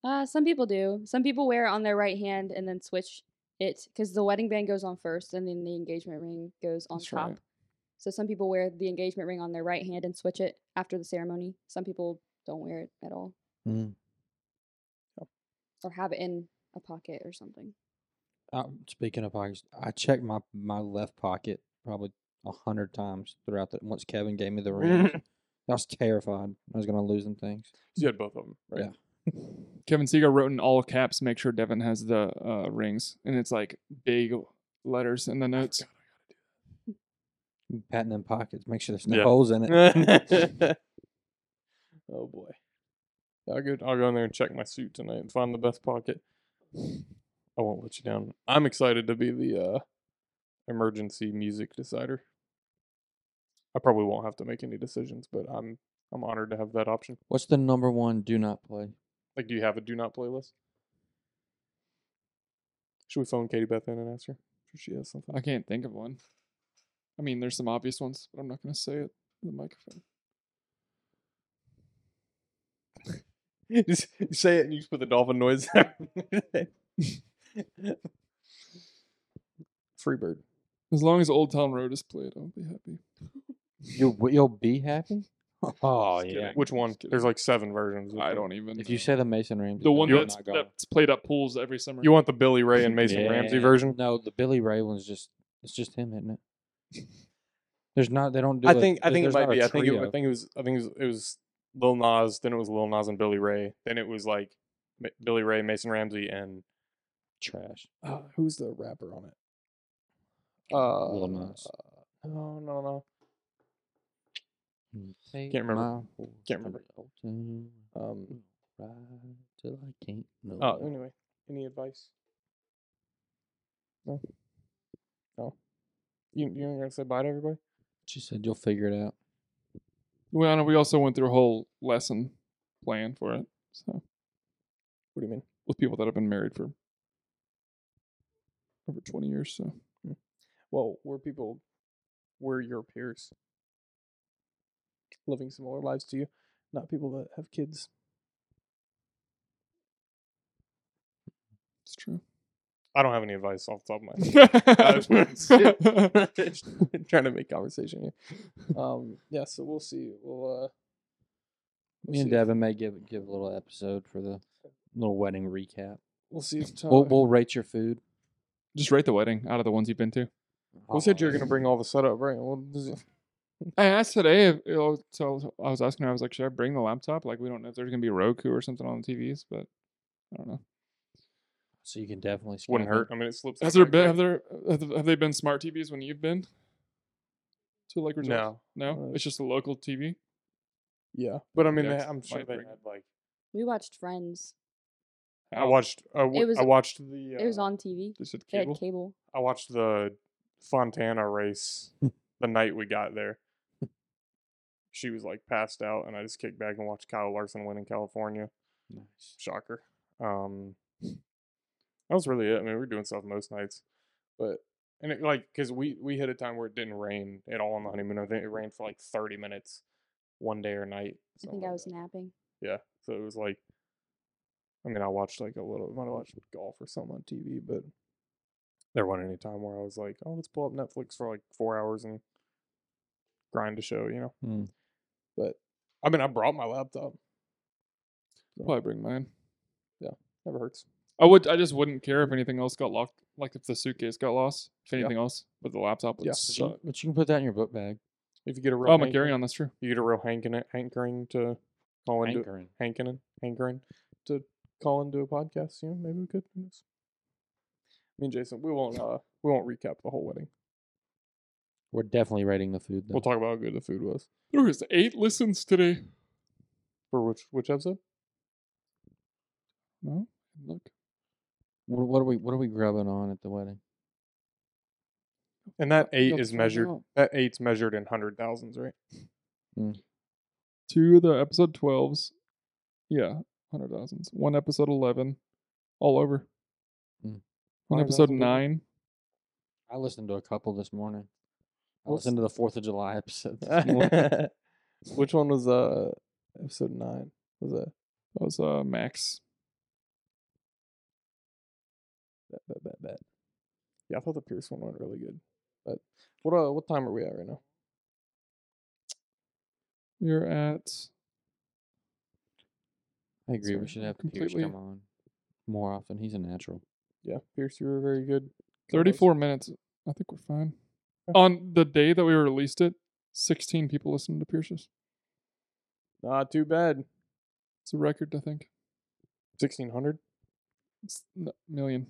D: Uh, some people do. Some people wear it on their right hand and then switch it because the wedding band goes on first and then the engagement ring goes on
C: That's
D: top.
C: right.
D: So some people wear the engagement ring on their right hand and switch it after the ceremony. Some people don't wear it at all
B: Mm.
D: or have it in a pocket or something.
B: Uh, speaking of pockets, I checked my my left pocket probably a hundred times throughout the. Once Kevin gave me the [LAUGHS] ring, I was terrified I was gonna lose them things.
A: You had both of them, right?
B: Yeah.
C: Kevin Seeger wrote in all caps, make sure Devin has the uh, rings. And it's like big letters in the notes.
B: Patting them pockets, make sure there's no
A: Yeah.
B: holes in it.
A: [LAUGHS] oh boy. I'll go, I'll go in there and check my suit tonight and find the best pocket. I won't let you down. I'm excited to be the uh, emergency music decider. I probably won't have to make any decisions, but I'm I'm honored to have that option.
B: What's the number one? Do not play.
A: Like, do you have a do not playlist? Should we phone Katie Beth in and ask her? Sure she has something. [LAUGHS]
C: I can't think of one. I mean, there's some obvious ones, but I'm not going to say it in the microphone.
A: just say it and you just put the dolphin noise. [LAUGHS] there. Free bird.
C: As long as Old Town Road is played, I'll be happy.
B: You'll you'll
A: [LAUGHS]
B: be happy. Oh
C: Just
B: yeah.
C: kidding.
A: Which one?
C: kidding.
A: There's like seven versions.
C: I
A: them.
C: don't even.
B: If you say the Mason Ramsey,
C: the one
B: I'm
C: that's,
B: not going.
C: that's played at pools every summer,
A: You want the Billy Ray and Mason Ramsey
B: Yeah.
A: version?
B: No, the Billy Ray one's just it's just him, isn't it?
A: [LAUGHS]
B: There's not they don't do.
A: I
B: a-
A: think I
B: there-
A: think it
B: there's not
A: might
B: a
A: be. I think it, I
B: trio.
A: think it was I think it was, it was Lil Nas. Then it was Lil Nas and Billy Ray. Then it was like Ma- Billy Ray, Mason Ramsey, and
B: trash.
A: uh, who's the rapper on it? [LAUGHS] Uh,
B: Lil Nas.
A: No, no, no.
B: Can't
A: remember. Can't remember. Um,
B: Right till I can't no
A: Oh,
B: more.
A: anyway, any advice? No. No. You you ain't gonna say bye to everybody?
B: She said you'll figure it out.
C: well, and we also went through a whole lesson plan for it. So
A: What do you mean?
C: with people that have been married for over 20 years, so
A: Mm. Well, we're people. We're your peers, living similar lives to you, not people that have kids.
C: it's true.
A: I don't have any advice off the top of my
C: [LAUGHS] That's [LAUGHS]
A: Just [LAUGHS] trying to make conversation here. Um, yeah, so we'll see. We'll uh, we'll
B: Me and
A: see if-
B: Devin may give give a little episode for the little wedding recap.
A: We'll see if Tyler.
B: We'll, we'll rate your food.
C: Just rate the wedding out of the ones you've been to.
A: we said you were gonna bring all the setup, right? Well,
C: I asked today if you know, so I was asking her, I was like, should I bring the laptop? Like we don't know if there's gonna be Roku or something on the TVs, but I don't know.
B: so you can definitely
A: [LAUGHS]
B: skip
A: wouldn't
B: it.
A: hurt. I mean, it slips.
C: Has there
A: through my
C: been have
A: grate.
C: there have th- have they been smart TVs when you've been to like resorts?
A: No.
C: no,
A: Uh,
C: it's just a local TV.
A: Yeah, but I mean,
C: Yeah,
A: they,
C: 'cause
A: I'm
C: it
A: sure
C: might
A: they
C: bring-
A: had like.
D: We watched Friends.
A: I watched. I, w-
D: was-
A: I watched the. Uh,
D: It was on TV.
C: They said
D: They had
C: cable.
D: cable.
A: I watched the Fontana race
D: Hmm.
A: the night we got there. She was like passed out, and I just kicked back and watched Kyle Larson win in California.
B: Nice.
A: Shocker. Um, that was really it. I mean, we were doing stuff most nights, but and it like because we we hit a time where it didn't rain at all on the honeymoon. I think it rained for like thirty minutes, one day or night.
D: I
A: something
D: think I
A: like
D: was
A: that.
D: napping.
A: Yeah. So it was like, I mean, I watched like a little, I might have watched golf or something on TV, but there wasn't any time where I was like, oh, let's pull up Netflix for like four hours and grind a show, you know?
C: Hmm.
B: Mm.
A: But I mean, I brought my laptop.
C: Probably bring mine.
A: Never hurts.
C: I would. I just wouldn't care if anything else got locked. Like if the suitcase got lost. If
A: Yeah.
C: anything else, but the laptop would
A: Yeah.
B: But
C: suck.
B: you- But you can put that in your book bag.
A: If you get a real,
C: Oh, my
A: hanker-
C: carry on. That's true.
A: you get a real hankering, hankering to call into,
B: Anchoring.
A: hankering, hankering to call into a podcast, you know, maybe we could. who knows? Me and Jason, we won't, uh, we won't recap the whole wedding.
B: We're definitely rating the food. Though.
A: We'll talk about how good the food was.
C: There was eight listens today.
A: For which, which episode?
C: No, look.
B: What, what are we What are we grubbing on at the wedding?
A: And that eight
C: You'll
A: is
C: find
A: measured.
C: out.
A: That eight's measured in hundred thousands, right?
C: Two of the episode twelves. Yeah, hundred thousands. One episode eleven. All over.
B: Mm.
C: One
A: 100,000
C: episode
A: people.
C: nine.
B: I listened to a couple this morning. I
A: What's-
B: listened to the Fourth of July episode. [LAUGHS] This morning.
A: Which one was uh episode nine? Was that
C: That was uh Max.
A: bet bet bet bet? Yeah, I thought the Pierce one went really good. But what uh what time are we at right now?
C: You're at
B: I agree.
C: Sorry,
B: We should have Pierce
C: completely-
B: come on. more often. He's a natural.
A: Yeah, Pierce, you were very good.
C: Thirty-four minutes. I think we're fine. On the day that we released it, sixteen people listened to Pierce's.
A: Not too bad.
C: It's a record, I think.
A: Sixteen hundred.
C: It's n- million.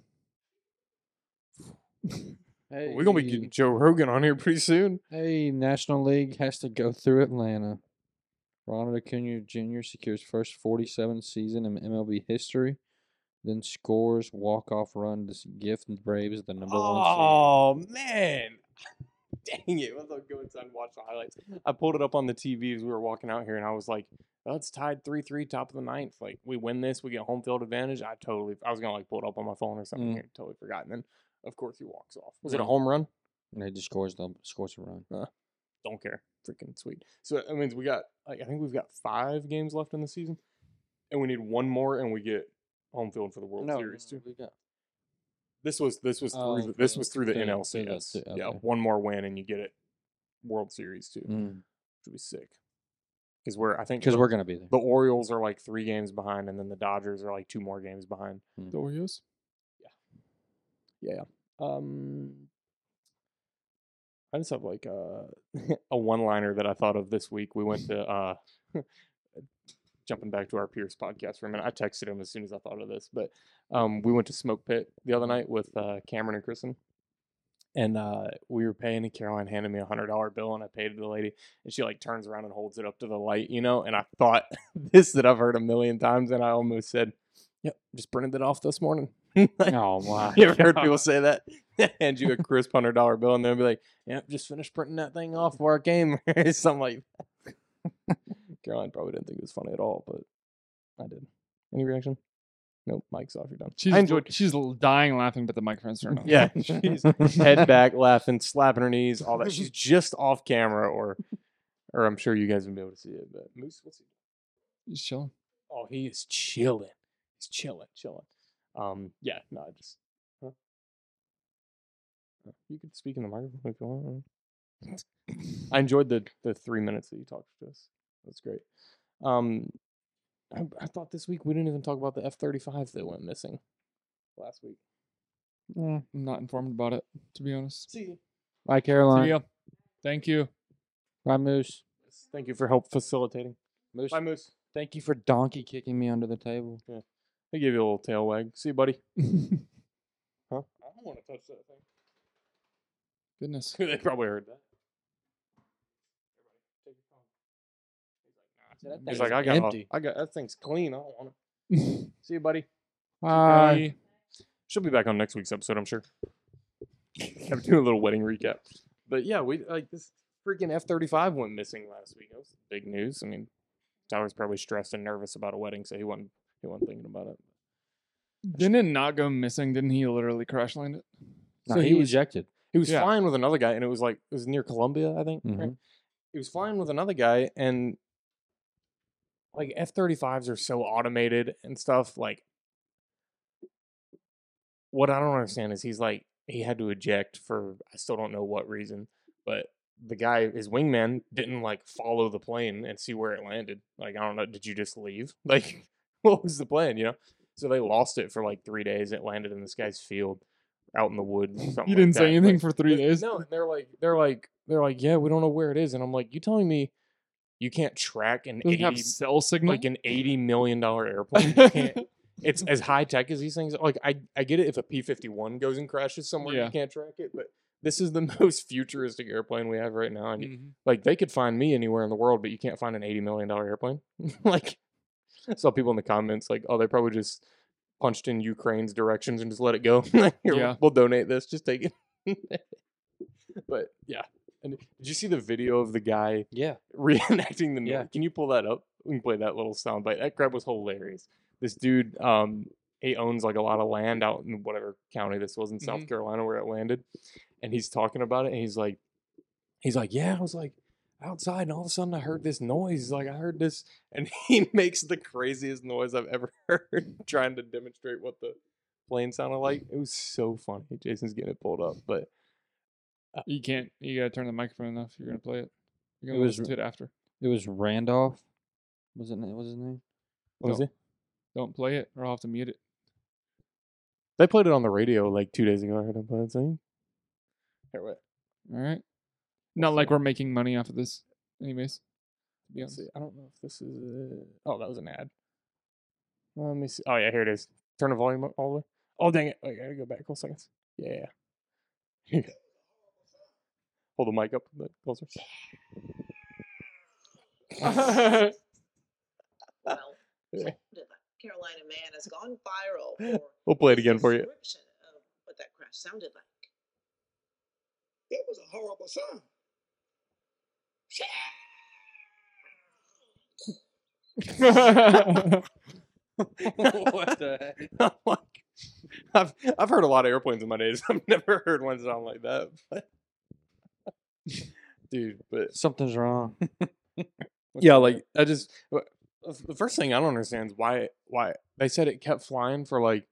A: We're gonna be getting Joe Rogan on here pretty soon.
B: Hey, National League has to go through Atlanta. Ronald Acuna Jr. secures first 47 season in MLB history, then scores walk-off run to s- gift the Braves the number one seed.
A: Oh man. [LAUGHS] Dang it. I was like, go inside and watch the highlights. I pulled it up on the TV as we were walking out here and I was like, "Oh, it's tied 3 3, top of the ninth. Like, we win this, we get home field advantage. I totally, I was going to like pull it up on my phone or something
B: Mm.
A: here. Totally forgot. And then, of course, he walks off. Was it a
B: Mm.
A: home run?
B: And they just scores the scores a run.
A: Don't care. Freaking sweet. So that means we got, like, I think we've got five games left in the season and we need one more and we get home field for the World Series too.
B: we got-
A: This was this was
B: Oh,
A: through the,
B: for
A: this
B: the-
A: was through the
B: through the-
A: NLCS.
B: through the- through-
A: Yeah,
B: okay.
A: one more win and you get it. World Series too, which
B: Mm.
A: would be sick. Because we're I think
B: Because we're gonna be there. [LAUGHS]
A: the Orioles are like three games behind, and then the Dodgers are like two more games behind. [LAUGHS]
C: The Oreos.
A: Yeah. Um, I just have like a, [LAUGHS] a one-liner that I thought of this week. We went to uh, [LAUGHS] jumping back to our Pierce podcast for a minute. I texted him as soon as I thought of this, but um, we went to Smoke Pit the other night with uh, Cameron and Kristen, and uh, we were paying. And Caroline handed me a hundred-dollar bill, and I paid the lady, and she like turns around and holds it up to the light, you know. And I thought [LAUGHS] this that I've heard a million times, and I almost said, "Yep, just printed it off this morning." [LAUGHS] Like,
B: Oh
A: [LAUGHS]
C: [LAUGHS]
B: my!
A: you ever heard people say that? [LAUGHS] Hand you a crisp hundred dollar bill and they'll be like, "Yep, just finished printing that thing off for our game," [LAUGHS] or something like that. [LAUGHS] Caroline probably didn't think it was funny at all, but I did. Any reaction? Nope. Mike's off. You're done.
C: She's
A: I enjoyed.
C: She's l- dying laughing, but the microphone's turned
A: [LAUGHS]
C: off. [LAUGHS]
A: Yeah, [LAUGHS] she's head back, laughing, slapping her knees, all [LAUGHS] that. She's just off camera, or, or I'm sure you guys would be able to see it. But Moose, what's he
C: She's chilling.
A: Oh, he is chilling. He's chilling, chilling. Um, yeah, no, I just. Huh? Uh, You could speak in the microphone if you [COUGHS] want. I enjoyed the the three minutes that you talked to us. That's great. Um, I, I thought this week we didn't even talk about the F thirty five that went missing last week.
C: Mm, I'm not informed about it, to be honest.
A: See,
B: Bye,
C: So,
B: Caroline.
C: yeah. Thank you.
B: Bye, Moose.
A: thank you for help facilitating.
B: Moose,
A: Bye, Moose.
B: thank you for donkey kicking me under the table.
A: I gave you a little tail wag. See you, [LAUGHS] buddy.
C: Goodness.
A: Huh? I don't want to touch that thing. [LAUGHS] they probably heard that.
B: that
A: He's
B: thing's
A: like, I got, all-
B: empty."
A: I got that thing's clean. I don't want it. See you, buddy.
B: Bye.
C: Bye.
A: She'll be back on next week's episode, I'm sure. [LAUGHS] Have to do a little wedding recap. But yeah, we like this freaking F thirty five went missing last week. That was big news. I mean, Tyler's probably stressed and nervous about a wedding, so he wasn't he wasn't thinking about it.
C: Didn't it not go missing? Didn't he literally crash land it?
B: No,
A: So
B: he,
A: he was-
B: ejected.
A: He was
C: Yeah.
A: flying with another guy, and it was like it was near Columbia, I think. right?
B: Mhm.
A: He was flying with another guy, and like F thirty fives are so automated and stuff. Like, what I don't understand is he's like he had to eject for I still don't know what reason, but the guy, his wingman, didn't like follow the plane and see where it landed. Like, I don't know, did you just leave? [LAUGHS] Like, what was the plan? You know. So they lost it for like three days. It landed in this guy's field, out in the
C: [LAUGHS]
A: woods. or something
C: You
A: like
C: didn't say
A: that,
C: anything
A: but-
C: for three
A: they-
C: days.
A: No, and they're like, they're like, they're like, yeah, we don't know where it is, and I'm like, you telling me you can't track an
C: Doesn't have
A: eighty,
C: cell signal. [LAUGHS]
A: like an eighty million dollar airplane? You can't, it's as high tech as these things. Like, I, I get it if a P fifty one goes and crashes somewhere,
C: Yeah.
A: you can't track it, but this is the [LAUGHS] most futuristic airplane we have right now, and
C: Mhm.
A: like they could find me anywhere in the world, but you can't find an eighty million dollar airplane. [LAUGHS] like I saw people in the comments like, oh, they probably just punched in Ukraine's directions and just let it go. [LAUGHS] Like, "Here,
C: Yeah.
A: we'll donate this, just take it. [LAUGHS] but yeah. And did you see the video of the guy
B: Yeah.
A: reenacting the noise?
B: Yeah.
A: Can you pull that up? We can play that little soundbite. That crap was hilarious. This dude, um, he owns like a lot of land out in whatever county this was in South
C: Mhm.
A: Carolina where it landed. And he's talking about it and he's like, he's like, yeah, I was like outside and all of a sudden I heard this noise. Like I heard this and [LAUGHS] he makes the craziest noise I've ever [LAUGHS] heard trying to demonstrate what the plane sounded like. It was so funny. Jason's getting it pulled up, but
C: You can't. You gotta turn the microphone off. You're gonna play it. You're
B: It
C: gonna
B: was
C: listen to it after.
B: It was Randolph. Was it? na- What was his name?
A: what was
C: No.
A: it?
C: Don't play it, or I'll have to mute it.
A: They played it on the radio like two days ago. I heard them play that thing. Here, wait.
C: All right. Not like we're making money off of this, anyways. To be
A: Let's
C: honest.
A: see. I don't know if this is. It. Oh, that was an ad. Let me see. Oh yeah, here it is. Turn the volume up all the way. Oh dang it! Wait, I gotta go back a couple seconds. Yeah. [LAUGHS] Here you go. Hold the mic up a bit closer.
E: Well,
A: Yeah.
E: the Carolina
A: [LAUGHS]
E: man has gone viral. for
A: [LAUGHS] We'll play it
E: his
A: again for [LAUGHS] you.
E: description of What that crash sounded like.
F: It was a horrible sound.
B: [LAUGHS] what the heck?
A: [LAUGHS] I'm like, I've I've heard a lot of airplanes in my days. [LAUGHS] I've never heard one sound like that. But [LAUGHS] dude, but
B: Something's wrong.
A: yeah, like I just wh- the first thing I don't understand is why why they said it kept flying for like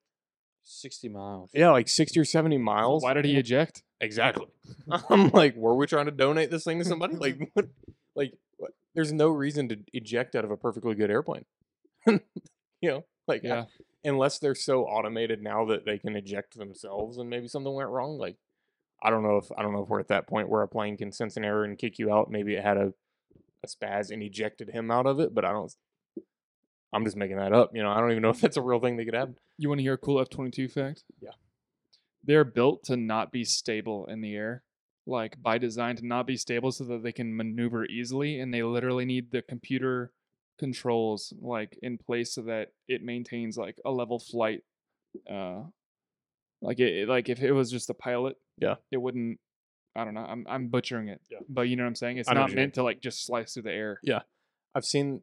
B: 60 miles.
A: yeah like sixty or seventy miles.
C: Why did he eject?
A: Exactly. [LAUGHS] I'm like, were we trying to donate this thing to [LAUGHS] somebody? Like, what? Like, what? there's no reason to eject out of a perfectly good airplane. [LAUGHS] you know, like,
C: Yeah.
A: unless they're so automated now that they can eject themselves, and maybe something went wrong. Like, I don't know if I don't know if we're at that point where a plane can sense an error and kick you out. Maybe it had a a spaz and ejected him out of it, but I don't. I'm just making that up. You know, I don't even know if that's a real thing that could happen.
C: You want to hear a cool F 22 fact?
A: Yeah.
C: They're built to not be stable in the air, like by design to not be stable so that they can maneuver easily. And they literally need the computer controls like in place so that it maintains like a level flight. Uh, like it, it- like if it was just a pilot,
A: Yeah.
C: it wouldn't. I don't know. I'm I'm butchering it,
A: Yeah.
C: but you know what I'm saying. It's
A: I know what
C: not
A: you mean.
C: meant to like just slice through the air.
A: I've seen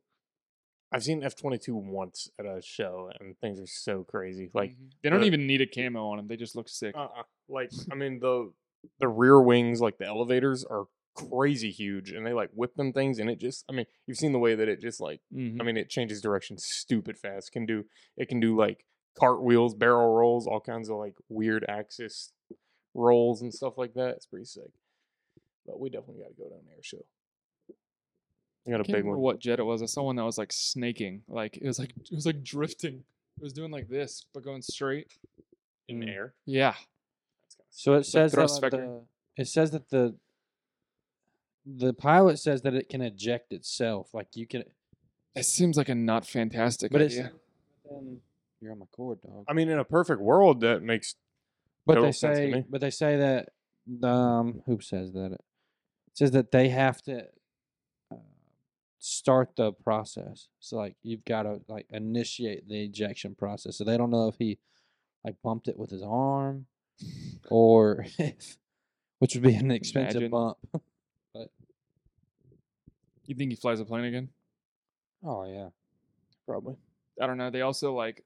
A: I've seen F twenty two once at a show, and things are so crazy. Like,
C: Mhm. they don't
A: the-
C: even need a camo on them. They just look sick.
A: uh-uh. like I mean the the rear wings, like the elevators, are crazy huge, and they like whip them things, and it just I mean you've seen the way that it just like
C: Mhm.
A: I mean it changes direction stupid fast. Can do it can do like cartwheels, barrel rolls, all kinds of like weird axis rolls and stuff like that. It's pretty sick. But we definitely got to go to an air show. I got a
C: I can't
A: big
C: remember
A: one.
C: what jet it was. I saw one that was like snaking, like it was like it was like drifting. It was doing like this, but going straight.
A: in the air?
C: Yeah,
B: So it says that
C: thrust
B: on
C: vector.
B: the, it says that the the pilot says that it can eject itself. Like you can
C: it seems like a not fantastic
B: but it's
C: idea.
B: you're on my cord, dog.
A: I mean, in a perfect world, that makes
B: But
A: total
B: they
A: sense to me.
B: say, but they say that um, who says that? It says that they have to uh, start the process. So like you've got to like initiate the ejection process. So they don't know if he like bumped it with his arm or if, which would be an expensive
C: Imagine.
B: bump. [LAUGHS]
C: You think he flies a plane again?
B: Oh yeah,
A: probably.
C: I don't know. They also like.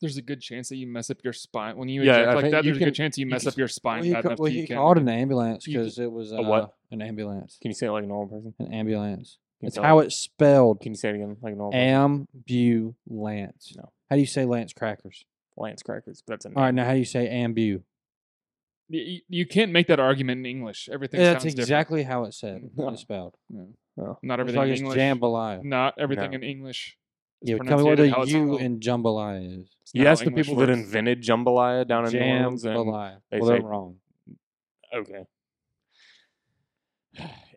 C: There's a good chance that you mess up your spine when you
A: Yeah,
C: eject
A: I
C: like
A: think
C: that.
A: you
C: There's a
A: can-
C: good chance you
A: you
C: mess
A: can-
C: up your spine
B: well, he,
C: bad
B: ca-
C: enough
B: well,
C: that
B: he
C: you can't.
B: called
C: make
B: an
C: it.
B: ambulance
C: you
B: because it was uh,
A: a what?
B: An ambulance.
A: Can you say it like a normal person?
B: An ambulance.
A: Can you
B: It's
A: say
B: how
A: like-
B: it's spelled.
A: Can you say it again like a normal? person?
B: Ambulance.
A: No.
B: How do you say Lance Crackers?
A: Lance Crackers. But that's a
B: All right,
A: name.
B: now how do you say ambu?
C: Y- y- You, can't make that argument in English. Everything
B: That's
C: sounds
B: exactly how
C: [LAUGHS]
B: it's said.
A: No.
B: It's spelled.
A: Oh,
C: different. Not
B: It's
C: everything
B: like
C: in
B: it's
C: English.
B: jambalaya.
C: Not everything
A: No.
C: in English. is
B: yeah, but tell me what
C: pronunciated
B: the
C: how it's
B: U
C: spelled.
B: in jambalaya is.
C: It's not
A: You
C: how
A: ask the
C: English
A: people that
C: works.
A: invented jambalaya down in New Orleans, and
B: Jambalaya.
A: they
B: well, they're
A: say-
C: [LAUGHS]
B: wrong.
A: okay. [SIGHS]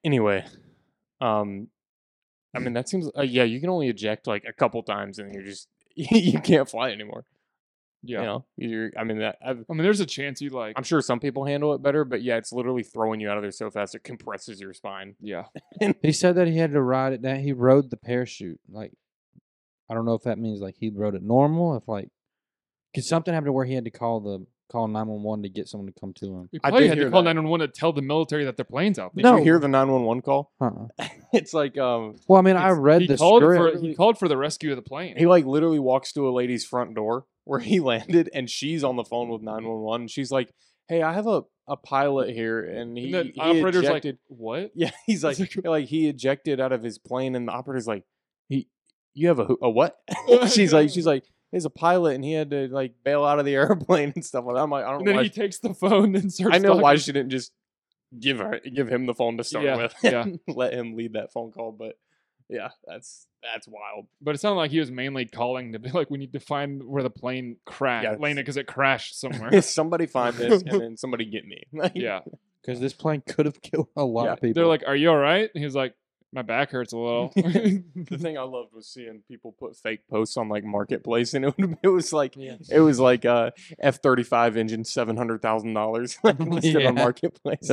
A: Anyway, um, I mean that seems uh, yeah. You can only eject like a couple times, and you're just [LAUGHS] you can't fly anymore.
C: Yeah.
A: You know, you're. I mean that. I've,
C: I mean, there's a chance you like.
A: I'm sure some people handle it better, but yeah, it's literally throwing you out of there so fast it compresses your spine.
C: Yeah.
B: He said that he had to ride it down. He rode the parachute. Like, I don't know if that means like he rode it normal. If like, because something happened to where he had to call the call nine one one to get someone to come
C: [LAUGHS]
B: to him.
C: We
A: I
C: probably
A: did
C: had to
A: hear
C: call
A: that.
C: 911 to tell the military that their plane's out
A: Did
C: there.
A: you hear the 911 call? [LAUGHS]
B: Uh-uh.
A: it's like um,
B: Well, I mean, I
C: It's-
B: read
C: he
B: the
C: called
B: script.
C: For, he called for the rescue of the plane.
A: He like literally walks to a lady's front door where he [LAUGHS] landed, and she's on the phone with nine one one. She's like, "Hey, I have a, a pilot here, and he,
C: and the
A: he
C: operator's
A: ejected."
C: like, "What?
A: yeah, [LAUGHS] he's like,
C: like-
A: like he ejected out of his plane, and the operator's like, "He, you have a who- a
C: [LAUGHS]
A: what?" [LAUGHS] she's like, she's like, "He's a pilot, and he had to like bail out of the [LAUGHS] airplane and stuff like that." I'm like, I don't
C: And
A: know.
C: then
A: Why,
C: he takes the phone and [LAUGHS] starts.
A: I know why
C: talking.
A: she didn't just give her give him the phone to start [LAUGHS]
C: Yeah,
A: with.
C: yeah.
A: let him lead that phone call, but Yeah, that's that's
C: [LAUGHS]
A: wild. [LAUGHS]
C: But it sounded like he was mainly calling to be like, we need to find where the plane crashed,
A: Yeah,
C: Lena,
A: it's-
C: because it crashed
A: [LAUGHS]
C: somewhere.
A: somebody find this
C: [LAUGHS]
A: and then somebody get me. [LAUGHS] Like,
C: yeah.
B: Because this plane [LAUGHS] could have killed a lot
A: Yeah,
B: of people.
C: They're like, are you all right? And he was like, my back hurts
A: [LAUGHS]
C: a [LAUGHS] little.
A: the thing I loved was seeing people put fake posts on like marketplace, and it, would, it was like it was like uh F thirty five engine seven hundred thousand dollars [LAUGHS]
B: [LAUGHS]
A: listed
B: Yeah.
A: on
B: [LAUGHS]
A: marketplace.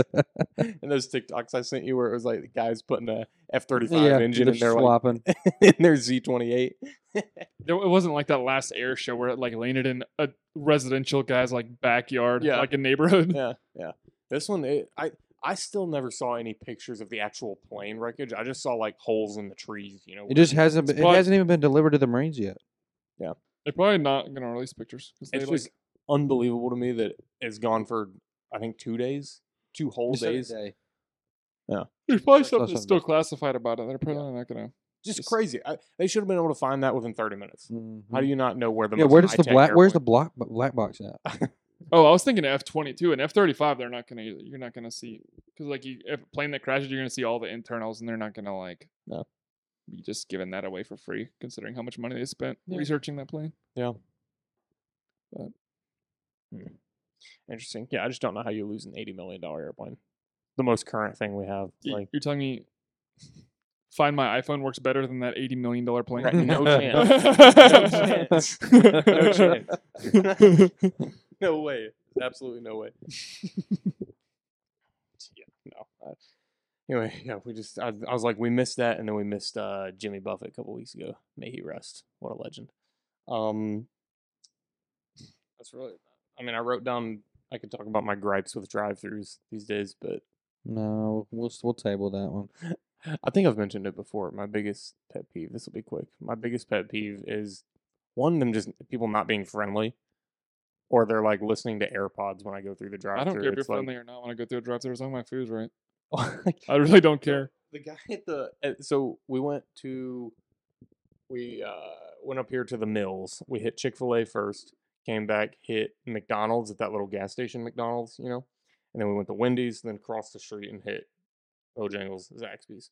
A: and those TikToks I sent you where it was like the guys putting a F thirty
B: yeah,
A: five engine
B: they're
A: in their like
B: swapping.
A: [LAUGHS] in their Z twenty
B: [LAUGHS]
A: eight.
C: There- it wasn't like that last air show where it like landed in a residential guy's like backyard,
A: Yeah.
C: like a neighborhood.
A: Yeah, yeah. This one, it, I I still never saw any pictures of the actual plane wreckage. I just saw like holes in the trees. You know,
B: it
A: where
B: just hasn't. Been, it
C: Spot-
B: hasn't even been delivered to the Marines yet.
C: [LAUGHS] They're probably not gonna release pictures. 'cause they,
A: it's
C: like-
A: just unbelievable to me that it's gone for I think two days, two whole days.
C: there's probably
B: That's not
C: something that's
B: something
C: still classified about it. They're probably not gonna.
A: Just
C: Just-
A: crazy. I, they should have been able to find that within thirty minutes. How do you not know where the
B: Mm-hmm. Yeah,
A: most
B: where does the
A: high-tech
B: black? Where's the
A: airplane-
B: black black box at?
C: Oh, I was thinking F twenty two and F thirty five. They're not gonna. You're not gonna see because like you, if a plane that crashes, you're gonna see all the internals, and they're not gonna like.
A: No.
C: Be just giving that away for free, considering how much money they spent
A: Yeah.
C: researching that plane.
A: Yeah.
C: But-
A: Hmm. Interesting. Yeah, I just don't know how you lose an eighty million dollar airplane. The most current thing we have,
C: Y-
A: like
C: you're telling me, [LAUGHS] find my iPhone works better than that eighty million dollar plane.
A: Right, no
C: [LAUGHS]
A: chance. no chance. No chance. [LAUGHS] no way. Absolutely no way. [LAUGHS] yeah, no. I- anyway, yeah, we just, I, I was like, we missed that, and then we missed uh, Jimmy Buffett a couple weeks ago. May he rest. What a legend. Um, That's really, I mean, I wrote down, I could talk about my gripes with drive throughs these days, but
B: No, we'll s- we'll table that one.
A: I think I've mentioned it before. My biggest pet peeve, this will be quick. My biggest pet peeve is one, them just people not being friendly. Or they're like listening to AirPods when I go through the drive
C: I don't care if you're
A: like,
C: friendly or not when I go through a drive thru as long as my food's right.
A: [LAUGHS] like,
C: I really don't care.
A: the guy at the at, so we went to we uh went up here to the mills. We hit Chick Fil A first, came back, hit McDonald's at that little gas station McDonald's, you know, and then we went to Wendy's, then crossed the street and hit Bojangles, Zaxby's.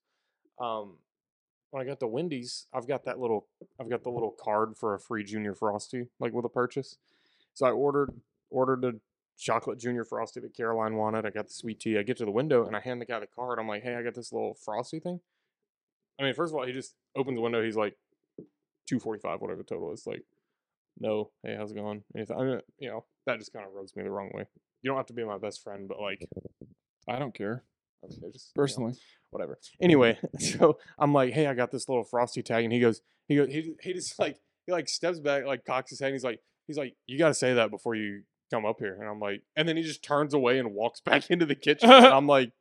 A: Um, when I got to Wendy's, I've got that little I've got the little card for a free Junior Frosty, like with a purchase. So I ordered ordered a chocolate junior frosty that Caroline wanted. I got the sweet tea. I get to the window and I hand the guy the card. I'm like, hey, I got this little frosty thing. I mean, first of all, he just opens the window. He's like, two forty five, whatever the total is. Like, no, hey, how's it going? Anything? I mean, you know, that just kind of rubs me the wrong way. You don't have to be my best friend, but like,
C: I don't care
A: I mean, they're just you know,
C: personally.
A: whatever.
B: Mm-hmm.
A: Anyway, [LAUGHS] so I'm like, hey, I got this little frosty tag, and he goes, he goes, he, he just like he like steps back, like cocks his head, and he's like, he's like, you got to say that before you come up here, and I'm like, and then he just turns away and walks [LAUGHS] back into the kitchen,
B: [LAUGHS]
A: and I'm like,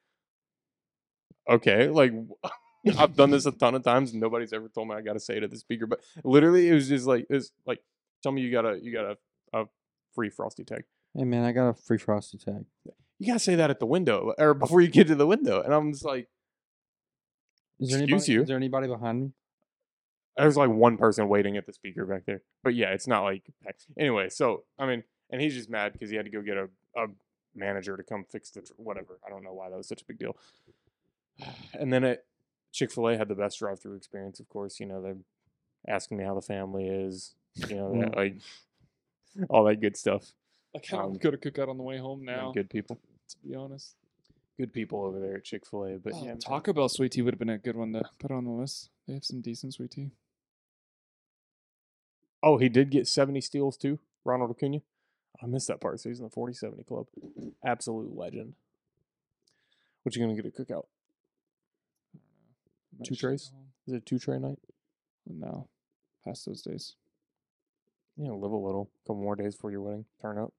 A: okay, like. [LAUGHS] I've done this a ton of times. and Nobody's ever told me I gotta say it at the speaker, but literally it was just like it's like tell me you got a you got a, a free frosty tag.
B: Hey man, I got a free frosty tag.
A: You gotta say that at the window or before you get to the window. And I'm just like
B: Is there
A: Excuse
B: anybody?
A: you.
B: Is there anybody behind me?
A: there's like one person waiting at the speaker back there. But yeah, it's not like anyway. So I mean, and he's just mad because he had to go get a, a manager to come fix the tr- whatever. I don't know why that was such a big deal. [SIGHS] And then it Chick Fil A had the best drive through experience. Of course, you know they're asking me how the family is. You know, that, like all that good stuff.
C: Like I
A: Um,
C: don't go to cook out on the way home
A: You know,
C: now.
A: Good people,
C: To be honest,
A: good people over there at Chick Fil A. But
C: Oh,
A: yeah, man.
C: Taco Bell sweet tea would have been a good one to put on the list. They have some decent sweet tea.
A: Oh, he did get 70 steals too, Ronald Acuna. I missed that part. So he's in the 40 70 club. Absolute legend. What you going to get at cookout?
C: Might
A: Two
C: just go
A: trays?
C: home.
A: Is it a two tray night?
C: No, past those days.
A: You know, live a little. Couple more days before your wedding. Turn up.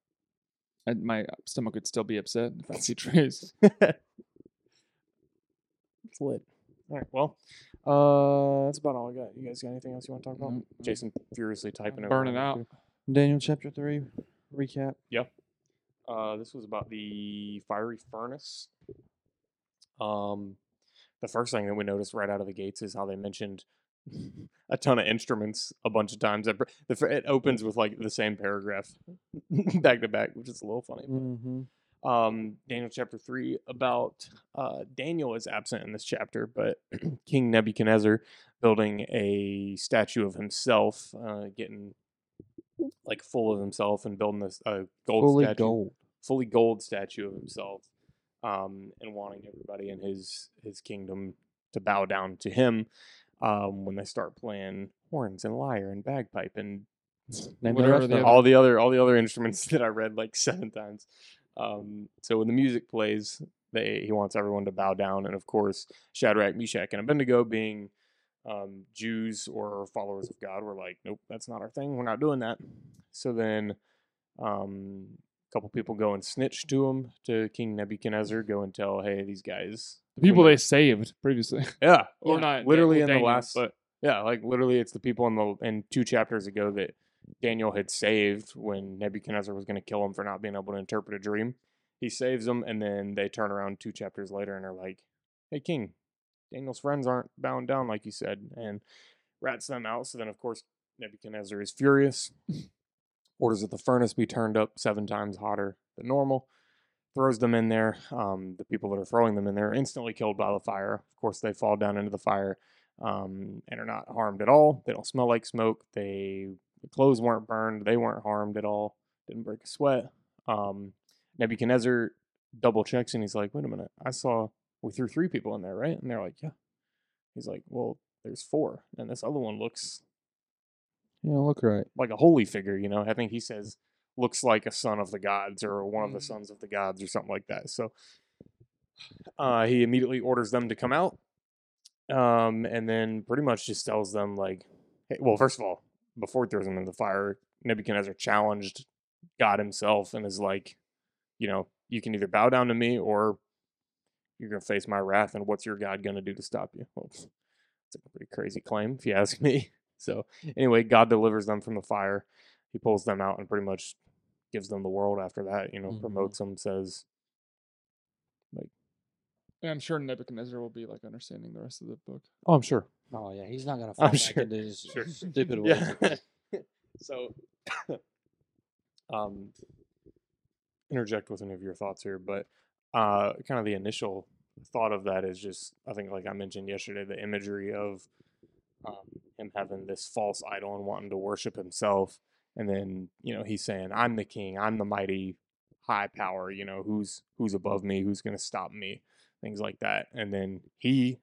C: I, my stomach would still be upset if I see trays.
A: It's lit. All right. Well, uh, that's about all I got. You guys got anything else you want to talk about?
C: Nope, nope.
A: Jason furiously [LAUGHS] typing over
C: burning
A: on
C: out.
A: here.
B: Daniel chapter three recap.
A: Uh, this was about the fiery furnace. Um, the first thing that we noticed right out of the gates is how they mentioned [LAUGHS] a ton of instruments a bunch of times. It, the, fir- it opens with like the same paragraph [LAUGHS] back to back, which is a little funny. but-
B: Mm-hmm.
A: um, Daniel chapter [CLEARS THROAT] 3 about uh, Daniel is absent in this chapter, but King Nebuchadnezzar building a statue of himself, uh, getting like full of himself and building this a gold
B: Fully
A: statue,
B: gold.
A: fully gold statue of himself, um, and wanting everybody in his his kingdom to bow down to him um, when they start playing horns and lyre and bagpipe and
B: Name the
C: Whatever
B: rest
C: the
B: of it.
A: all the other all the other [LAUGHS] instruments that I read like seven times. Um, so when the music plays, they he wants everyone to bow down, and of course Shadrach, Meshach, and Abednego, being um, Jews or followers of God, were like, nope, that's not our thing. We're not doing that. So then um, a couple people go and snitch to him to King Nebuchadnezzar, go and tell, hey, these guys,
C: The people they saved previously, [LAUGHS]
A: yeah,
C: or
A: yeah,
C: not
A: literally
C: Daniel,
A: in the
C: Daniel,
A: last
C: but
A: yeah, like literally, it's the people in the in two chapters ago that Daniel had saved when Nebuchadnezzar was going to kill him for not being able to interpret a dream. He saves them, and then they turn around two chapters later and are like, "Hey, King, Daniel's friends aren't bound down like you said," and rats them out. So then, of course, Nebuchadnezzar is furious, orders that the furnace be turned up seven times hotter than normal, throws them in there. Um, the people that are throwing them in there are instantly killed by the fire. Of course, they fall down into the fire um, and are not harmed at all. They don't smell like smoke. They the clothes weren't burned. They weren't harmed at all. Didn't break a sweat. Um, Nebuchadnezzar double checks and he's like, "Wait a minute, I saw we threw three people in there, right?" And they're like, "Yeah." He's like, "Well, there's four, and this other one looks
B: Yeah, look right.
A: like a holy figure, you know. I think he says looks like a son of the gods or one of the
C: Mhm.
A: sons of the gods or something like that. So uh, he immediately orders them to come out, um, and then pretty much just tells them like, hey, well, first of all, before he throws them in the fire, Nebuchadnezzar challenged God himself and is like, you know, you can either bow down to me or you're gonna face my wrath, and what's your God gonna do to stop you? Well, it's a pretty crazy claim if you ask [LAUGHS] me. So anyway, God delivers them from the fire. He pulls them out and pretty much gives them the world after that. You know,
B: Mhm.
A: promotes them, says,
C: and I'm sure Nebuchadnezzar will be like understanding the rest of the book.
A: "Oh, I'm sure."
B: Oh yeah, he's not gonna
A: I'm sure.
B: his
A: Sure.
B: stupid
A: [LAUGHS]
B: [LAUGHS]
A: Yeah. so, [COUGHS] um, interject with any of your thoughts here, but uh, kind of the initial thought of that is just I think, like I mentioned yesterday, the imagery of um, him having this false idol and wanting to worship himself, and then you know he's saying, "I'm the king. I'm the mighty." high power you know who's who's above me who's going to stop me things like that and then he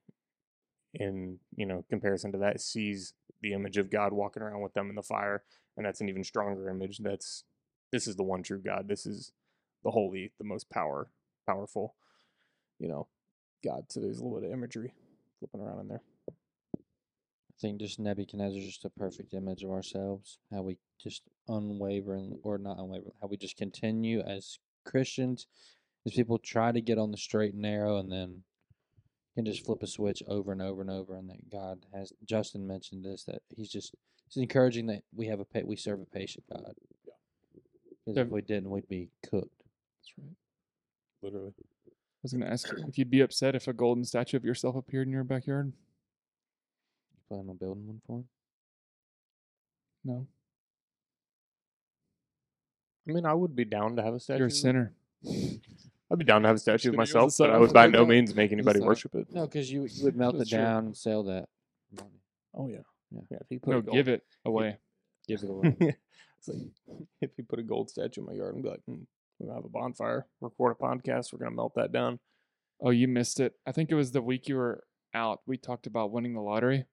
A: in you know comparison to that sees the image of god walking around with them in the fire and that's an even stronger image that's this is the one true god this is the holy the most power powerful you know god so there's a little bit of imagery flipping around in there
B: I think just Nebuchadnezzar is just a perfect image of ourselves. How we just unwavering, or not unwavering, how we just continue as Christians, as people try to get on the straight and narrow, and then can just flip a switch over and over and over. And that God has Justin mentioned this that he's just it's encouraging that we have a pa- we serve a patient God. Because if
C: Def-
B: we didn't, we'd be cooked.
C: That's right. I
A: literally
C: was gonna ask you if you'd be upset if a golden statue of yourself appeared in your backyard.
B: You plan on building one for him?
C: No,
A: i mean i would be down to have a statue
C: you're a
A: of-
C: sinner.
A: i'd be down to have a statue of
C: gonna give
A: myself
C: us a
A: but i
C: sign.
A: would by no
C: [LAUGHS] Like, uh,
A: means make anybody
C: sign.
A: worship it
B: No, because you, you would melt
C: That's
B: it
C: true.
B: down, and sell that, for money,
A: oh yeah
B: Yeah.
A: yeah if he put
C: No,
A: a gold-
C: give it away.
B: give it [LAUGHS] away.
A: [LAUGHS] it's like if you put a gold statue in my yard and be like, "Hmm, we're gonna have a bonfire, record a podcast, we're gonna melt that down.
C: Oh, you missed it. I think it was the week you were out. We talked about winning the lottery.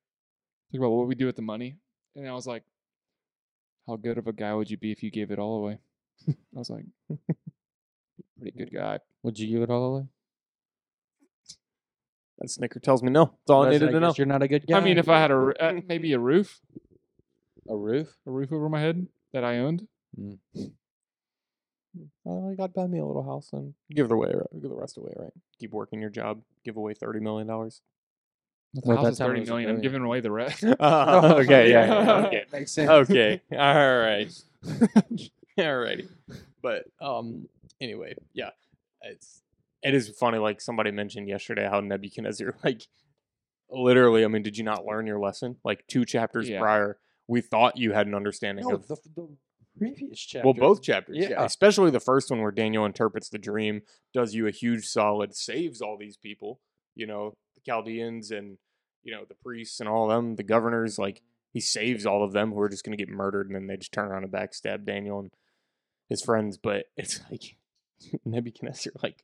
C: Talk about what we do with the money. And I was like, How good of a guy would you be if you gave it all away? [LAUGHS] I was like, Pretty good guy.
B: Would you give it all away?
A: That snicker tells me no. That's all I
B: Unless
A: needed to know.
B: guess You're not a good guy.
C: I mean, if I had a r-
B: [LAUGHS]
C: uh, maybe a roof,
B: a roof,
C: a roof over my head that I owned.
A: Well, I got buy me a little house and give it away, right? give the rest away, right? Keep working your job, give away thirty million [LAUGHS] dollars.
C: The
B: Well, at
C: house
B: that
C: is
B: time it
C: thirty
B: was a
C: million. I'm
B: million. [LAUGHS]
C: giving [LAUGHS] Oh, away the rest.
A: okay, yeah, yeah, okay.
B: makes
C: Oh,
B: sense.
A: okay. All right. [LAUGHS] All righty. But um anyway, yeah. It's it is funny like somebody mentioned yesterday how Nebuchadnezzar [LAUGHS] like literally, I mean, did you not learn your lesson? Like two chapters
C: Yeah.
A: prior, we thought you had an understanding
B: No,
A: of
B: the, the previous chapter.
A: well, both chapters, yeah.
B: Yeah.
A: Especially the first one where Daniel interprets the dream, does you a huge solid, saves all these people, you know, the Chaldeans and you know, the priests and all of them, the governors, like he saves all of them who are just going to get murdered and then they just turn around and backstab Daniel and his friends. But it's [LAUGHS] like Nebuchadnezzar, like,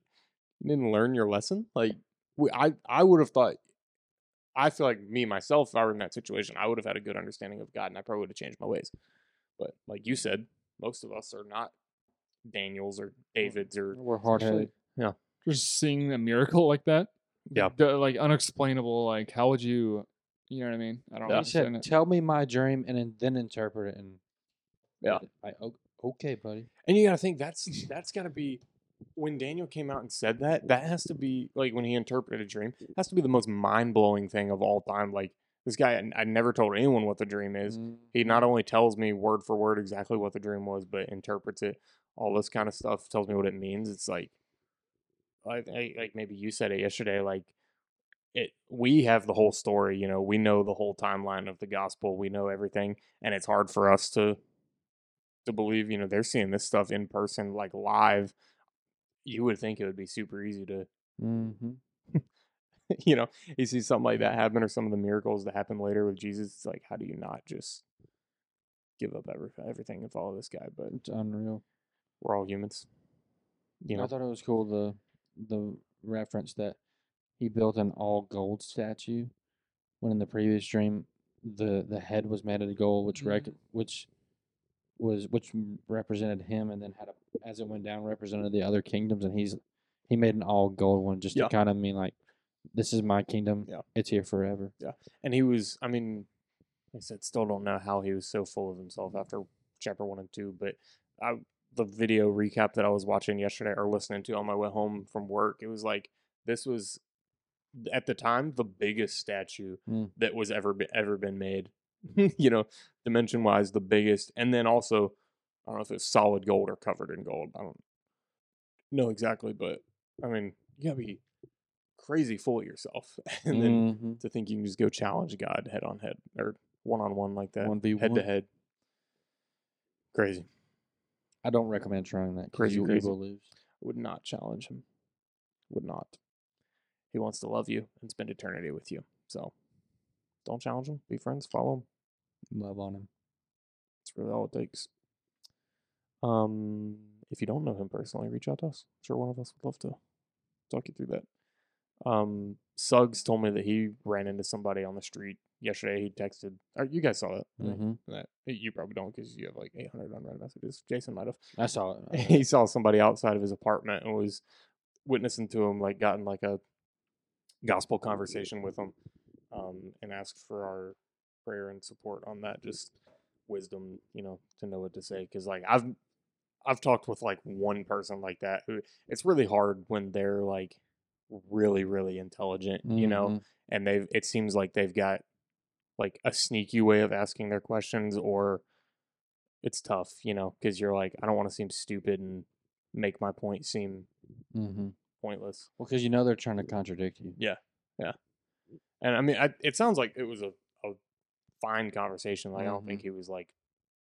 A: you didn't learn your lesson. Like, we, I, I would have thought, I feel like me, myself, if I were in that situation, I would have had a good understanding of God and I probably would have changed my ways. But like you said, most of us are not Daniels or Davids or
B: We're hard headed.
C: Just seeing a miracle like that.
A: Yeah.
C: The- like unexplainable. Like how would you? You know what I mean? I don't
A: Yeah.
B: He
C: understand
B: said,
C: it.
B: "Tell me my dream and then- then interpret it." And
A: Yeah.
B: I, o- okay, buddy.
A: And you got to think that's that's got to be when Daniel came out and said that. That has to be like when he interpreted a dream. Has to be the most mind blowing thing of all time. Like this guy, I, I never told anyone what the dream is. He not only tells me word for word exactly what the dream was, but interprets it. All this kind of stuff tells me what it means. It's like, I, I like maybe you said it yesterday. Like it, we have the whole story. You know, we know the whole timeline of the gospel. We know everything, and it's hard for us to to believe. You know, they're seeing this stuff in person, like live. You would think it would be super easy to
B: Mm-hmm.
A: [LAUGHS] you know, you see something like that happen or some of the miracles that happen later with Jesus. It's like, how do you not just give up every, everything and follow this guy? But
B: It's unreal.
A: we're all humans, you
B: I
A: know.
B: thought it was cool the the reference that he built an all gold statue when in the previous dream the the head was made out of gold, which rec- which was which m- represented him, and then had a, as it went down represented the other kingdoms, and he's he made an all gold one just
A: Yeah.
B: to kind of mean like this is my kingdom,
A: Yeah.
B: it's here forever.
A: And he was, I mean, I said, still don't know how he was so full of himself after chapter one and two, but I, the video recap that I was watching yesterday or listening to on my way home from work, it was like, this was at the time the biggest statue
B: Mm.
A: that was ever be, ever been made. [LAUGHS] you know, dimension wise, the biggest, and then also, I don't know if it's solid gold or covered in gold. I don't know exactly, but I mean, you gotta be crazy full of yourself, [LAUGHS] and then
B: Mhm.
A: to think you can just go challenge God head on head or one on one like that,
B: 1v1.
A: head to head. Crazy.
B: I don't recommend trying that. 'cause
A: Crazy,
B: you
A: crazy.
B: will lose.
A: Would not challenge him. Would not. He wants to love you and spend eternity with you. So don't challenge him. Be friends. Follow him.
B: Love on him.
A: That's really all it takes. Um, if you don't know him personally, reach out to us. I'm sure one of us would love to talk you through that. Um, Suggs told me that he ran into somebody on the street yesterday. He texted, or you guys saw it. right?
B: Mhm.
A: That eh, you probably don't because you have like 800 unread messages. Jason might have.
B: I saw
A: [LAUGHS]
B: [LAUGHS] it. uh,
A: He saw somebody outside of his apartment and was witnessing to him, like gotten like a gospel conversation with him, um, and asked for our prayer and support on that. Just wisdom, you know, to know what to say. Because like I've I've talked with like one person like that who it's really hard when they're like really really intelligent, you know,
B: Mhm.
A: and they've it seems like they've got like a sneaky way of asking their questions or it's tough you know because you're like i don't want to seem stupid and make my point seem
B: Mhm.
A: pointless
B: Well, because you know they're trying to contradict you.
A: and i mean I, it sounds like it was a, a fine conversation like i don't think he was like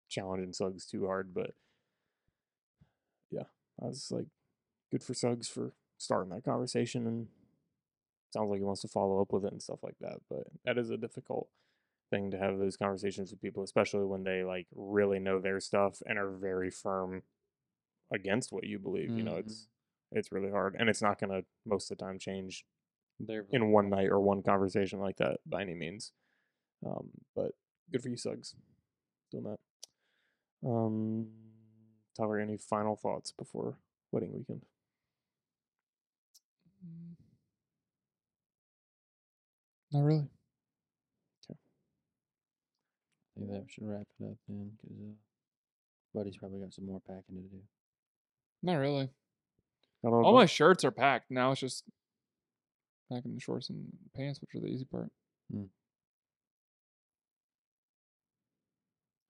A: challenging suggs too hard but yeah i was like good for suggs for starting that conversation and sounds like he wants to follow up with it and stuff like that but that is a difficult thing to have those conversations with people especially when they like really know their stuff and are very firm against what you believe you know
B: Mhm.
A: it's it's really hard and it's not going to most of the time change
B: They're
A: in one night or one conversation like that by any means. Um, but good for you, Suggs. Doing that. Um, Tyler, any final thoughts before wedding weekend?
C: Mm. Not really.
B: I think that should wrap it up then, because uh, Buddy's probably got some more packing to do.
C: Not really.
A: Got all
C: All
A: done?
C: my shirts are packed now. It's just packing the shorts and pants, which are the easy part.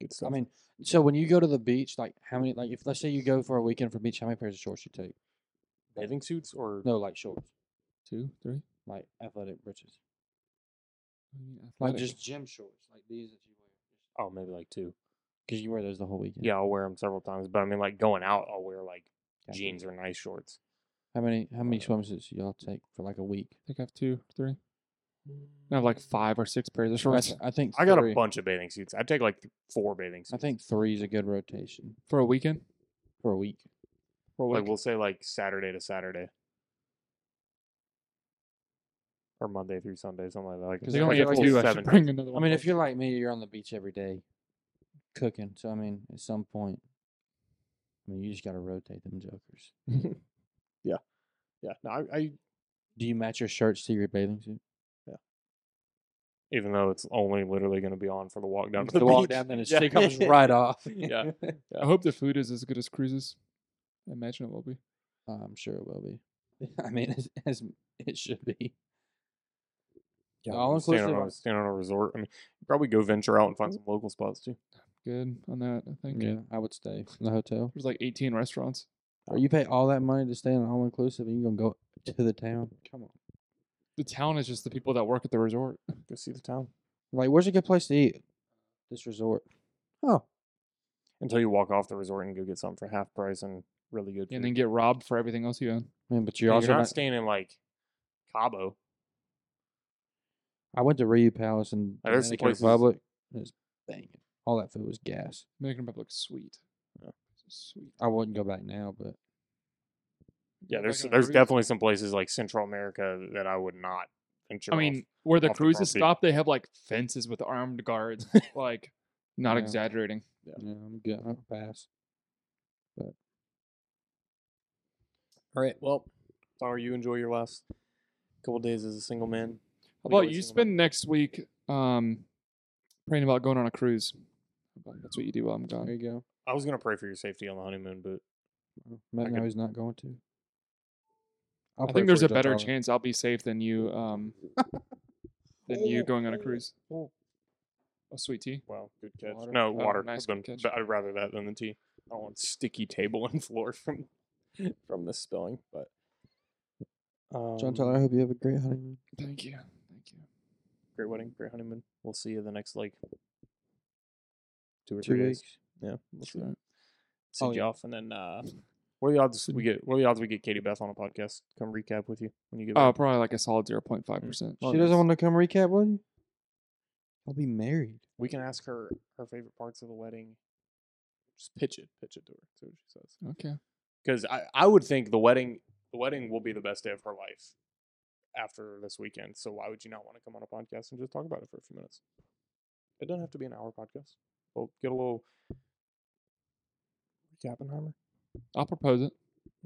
A: good stuff.
B: I mean, so when you go to the beach, like how many? Like if let's say you go for a weekend for beach, how many pairs of shorts you take?
A: bathing suits or
B: No, like shorts,
C: Two, three.
B: like athletic britches, like
C: Athletic.
B: just gym shorts, like these that you wear.
A: oh, maybe like two.
B: Because you wear those the whole weekend.
A: Yeah, I'll wear them several times. But I mean, like going out, I'll wear like
B: Gotcha.
A: jeans or nice shorts.
B: How many? How many
A: Uh,
B: swimsuits do y'all take for like a week?
C: I think I have two, three. I have like five or six pairs of
B: I,
C: shorts
B: th- I think
A: I got
B: three-
A: a bunch of bathing suits. I'd take like th- four bathing suits.
B: I think three is a good rotation
C: for a weekend.
B: for a week.
C: For a
A: like
C: week.
A: we'll say like Saturday to Saturday. Or Monday through Sunday, something like that. Like,
C: Because
A: like
C: you only
A: a
C: have
A: full
C: two. I
A: seven
C: should
A: days.
C: bring another
B: I
C: one.
B: mean, if you're like me, you're on the beach every day cooking. So I mean, at some point, I mean, you just got to rotate them jokers.
A: [LAUGHS] Yeah, no, I, I
B: Do you match your shirts to your bathing suit?
A: even though it's only literally going to be on for the walk down to the,
B: the walk
A: beach.
B: down, then it
A: Yeah.
B: shit
A: [LAUGHS]
B: comes right off.
A: Yeah.
C: I hope the food is as good as cruises. I imagine it will be.
B: [LAUGHS] I'm sure it will be. [LAUGHS] I mean, as, as it should be.
A: Yeah,
B: all
A: staying on,
B: inclusive.
A: a, staying on a resort. I mean, probably go venture out and find some local spots too.
C: Good on that, I think.
B: Yeah, I would stay in the hotel.
C: There's like 18 restaurants.
B: Or you pay all that money to stay in an all inclusive, and you're gonna go to the town. Come on.
C: The town is just the people that work at the resort.
A: Go see the town
B: Like, where's a good place to eat? This resort. Oh,
A: until you walk off the resort and go get something for half price and really good. Food.
C: and then get robbed for everything else you own.
B: man, but
A: Yeah,
B: you're also
A: not
B: not-
A: staying in like Cabo.
B: I went to Ryu Palace in
A: Oh, there's some
B: Dominican
A: places-
B: Republic. It was banging. All that food was gas.
C: Dominican Republic, sweet. Sweet.
B: I wouldn't go back now, but
A: Yeah,
C: Go
A: there's
C: back on a
A: there's
C: cruise.
A: definitely some places like Central America that I would not venture.
C: I
A: off.
C: mean, where the
A: off the
C: cruises
A: property.
C: stop, they have like fences with armed guards. [LAUGHS] like, not
B: Yeah.
C: exaggerating.
B: yeah, I'm good. I'm pass.
A: all right. Well, Tyler, you enjoy your last couple days as a single man.
C: How
A: Like
C: about
A: every
C: you
A: single
C: spend next week um, praying about going on a cruise? How about That's what you do while I'm
B: There
C: gone.
B: you go.
A: I was gonna pray for your safety on the honeymoon, but
B: Matt,
A: I
B: now
A: could-
B: he's not going to. I'll
C: I
B: pray
C: think there's
B: for
C: a
B: you,
C: better
B: Tyler.
C: chance I'll be safe than you um, than you going on a cruise. Oh, sweet tea.
A: wow, good catch.
C: Water?
A: No
C: Oh,
A: water.
C: nice,
A: I've
C: good
A: been-
C: catch.
A: but I'd rather that than the tea. I don't want sticky table [LAUGHS] and floor from from this spilling. But um,
B: John Tyler, I hope you have a great honeymoon.
C: Thank you. Thank you.
A: great wedding, great honeymoon. We'll see you the next like two or
B: Two
A: three
B: weeks.
A: days. Yeah, we'll see.
C: right.
A: Send
B: Oh,
A: you
B: yeah.
A: off, and then uh, what are the odds we get? What are the odds we get Katie Beth on a podcast? Come recap with you when you get
C: Oh,
B: Uh,
A: back.
C: probably like a solid 0.5 percent.
A: Well,
B: she doesn't
A: nice.
B: want to come recap, will you? I'll be married.
A: we can ask her her favorite parts of the wedding. Just pitch it, pitch it to her. See what she says.
C: Okay.
A: Because I, I would think the wedding the wedding will be the best day of her life after this weekend. So why would you not want to come on a podcast and just talk about it for a few minutes? It doesn't have to be an hour podcast. We'll get a little Oppenheimer.
C: I'll propose it.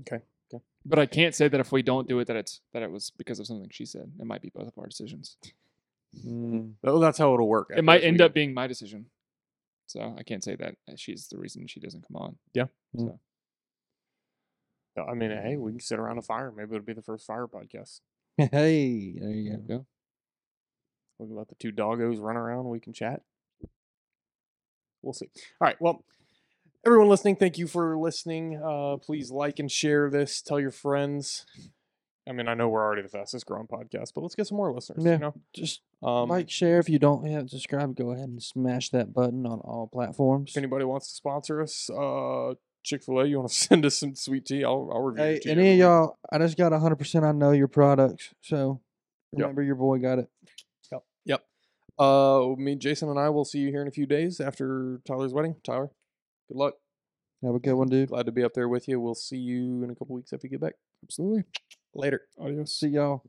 A: Okay, okay.
C: But I can't say that if we don't do it, that it's that it was because of something she said. It might be both of our decisions.
B: Mm.
A: Oh, that's how it'll work. after
C: it might
A: this
C: end up
A: weekend.
C: being my decision. So I can't say that uh, she's the reason she doesn't come on.
A: I mean, hey, we can sit around a fire. Maybe it'll be the first fire podcast.
B: [LAUGHS] hey, there you
C: There
B: go.
C: you go.
A: We can let the two doggos run around. We can chat. We'll see. All right. Well, everyone listening, thank you for listening. Uh, please like and share this. Tell your friends. I mean, I know we're already the fastest growing podcast, but let's get some more listeners.
B: Yeah.
A: You know,
B: Just
A: um,
B: like, share if you don't have subscribed. Go ahead and smash that button on all platforms.
A: if anybody wants to sponsor us, uh, Chick Fil A, you want to [LAUGHS] send us some sweet tea? I'll, I'll review.
B: Hey,
A: it to you
B: any of
A: every week.
B: y'all, I just got 100% I know your products. So
A: Yep.
B: remember your boy got it.
A: Yep. Yep. Uh, me, Jason, and I will see you here in a few days after Tyler's wedding. Tyler, good luck.
B: Have a good one, dude.
A: Glad to be up there with you. We'll see you in a couple weeks after you get back. Absolutely. Later.
C: Adios.
B: See y'all.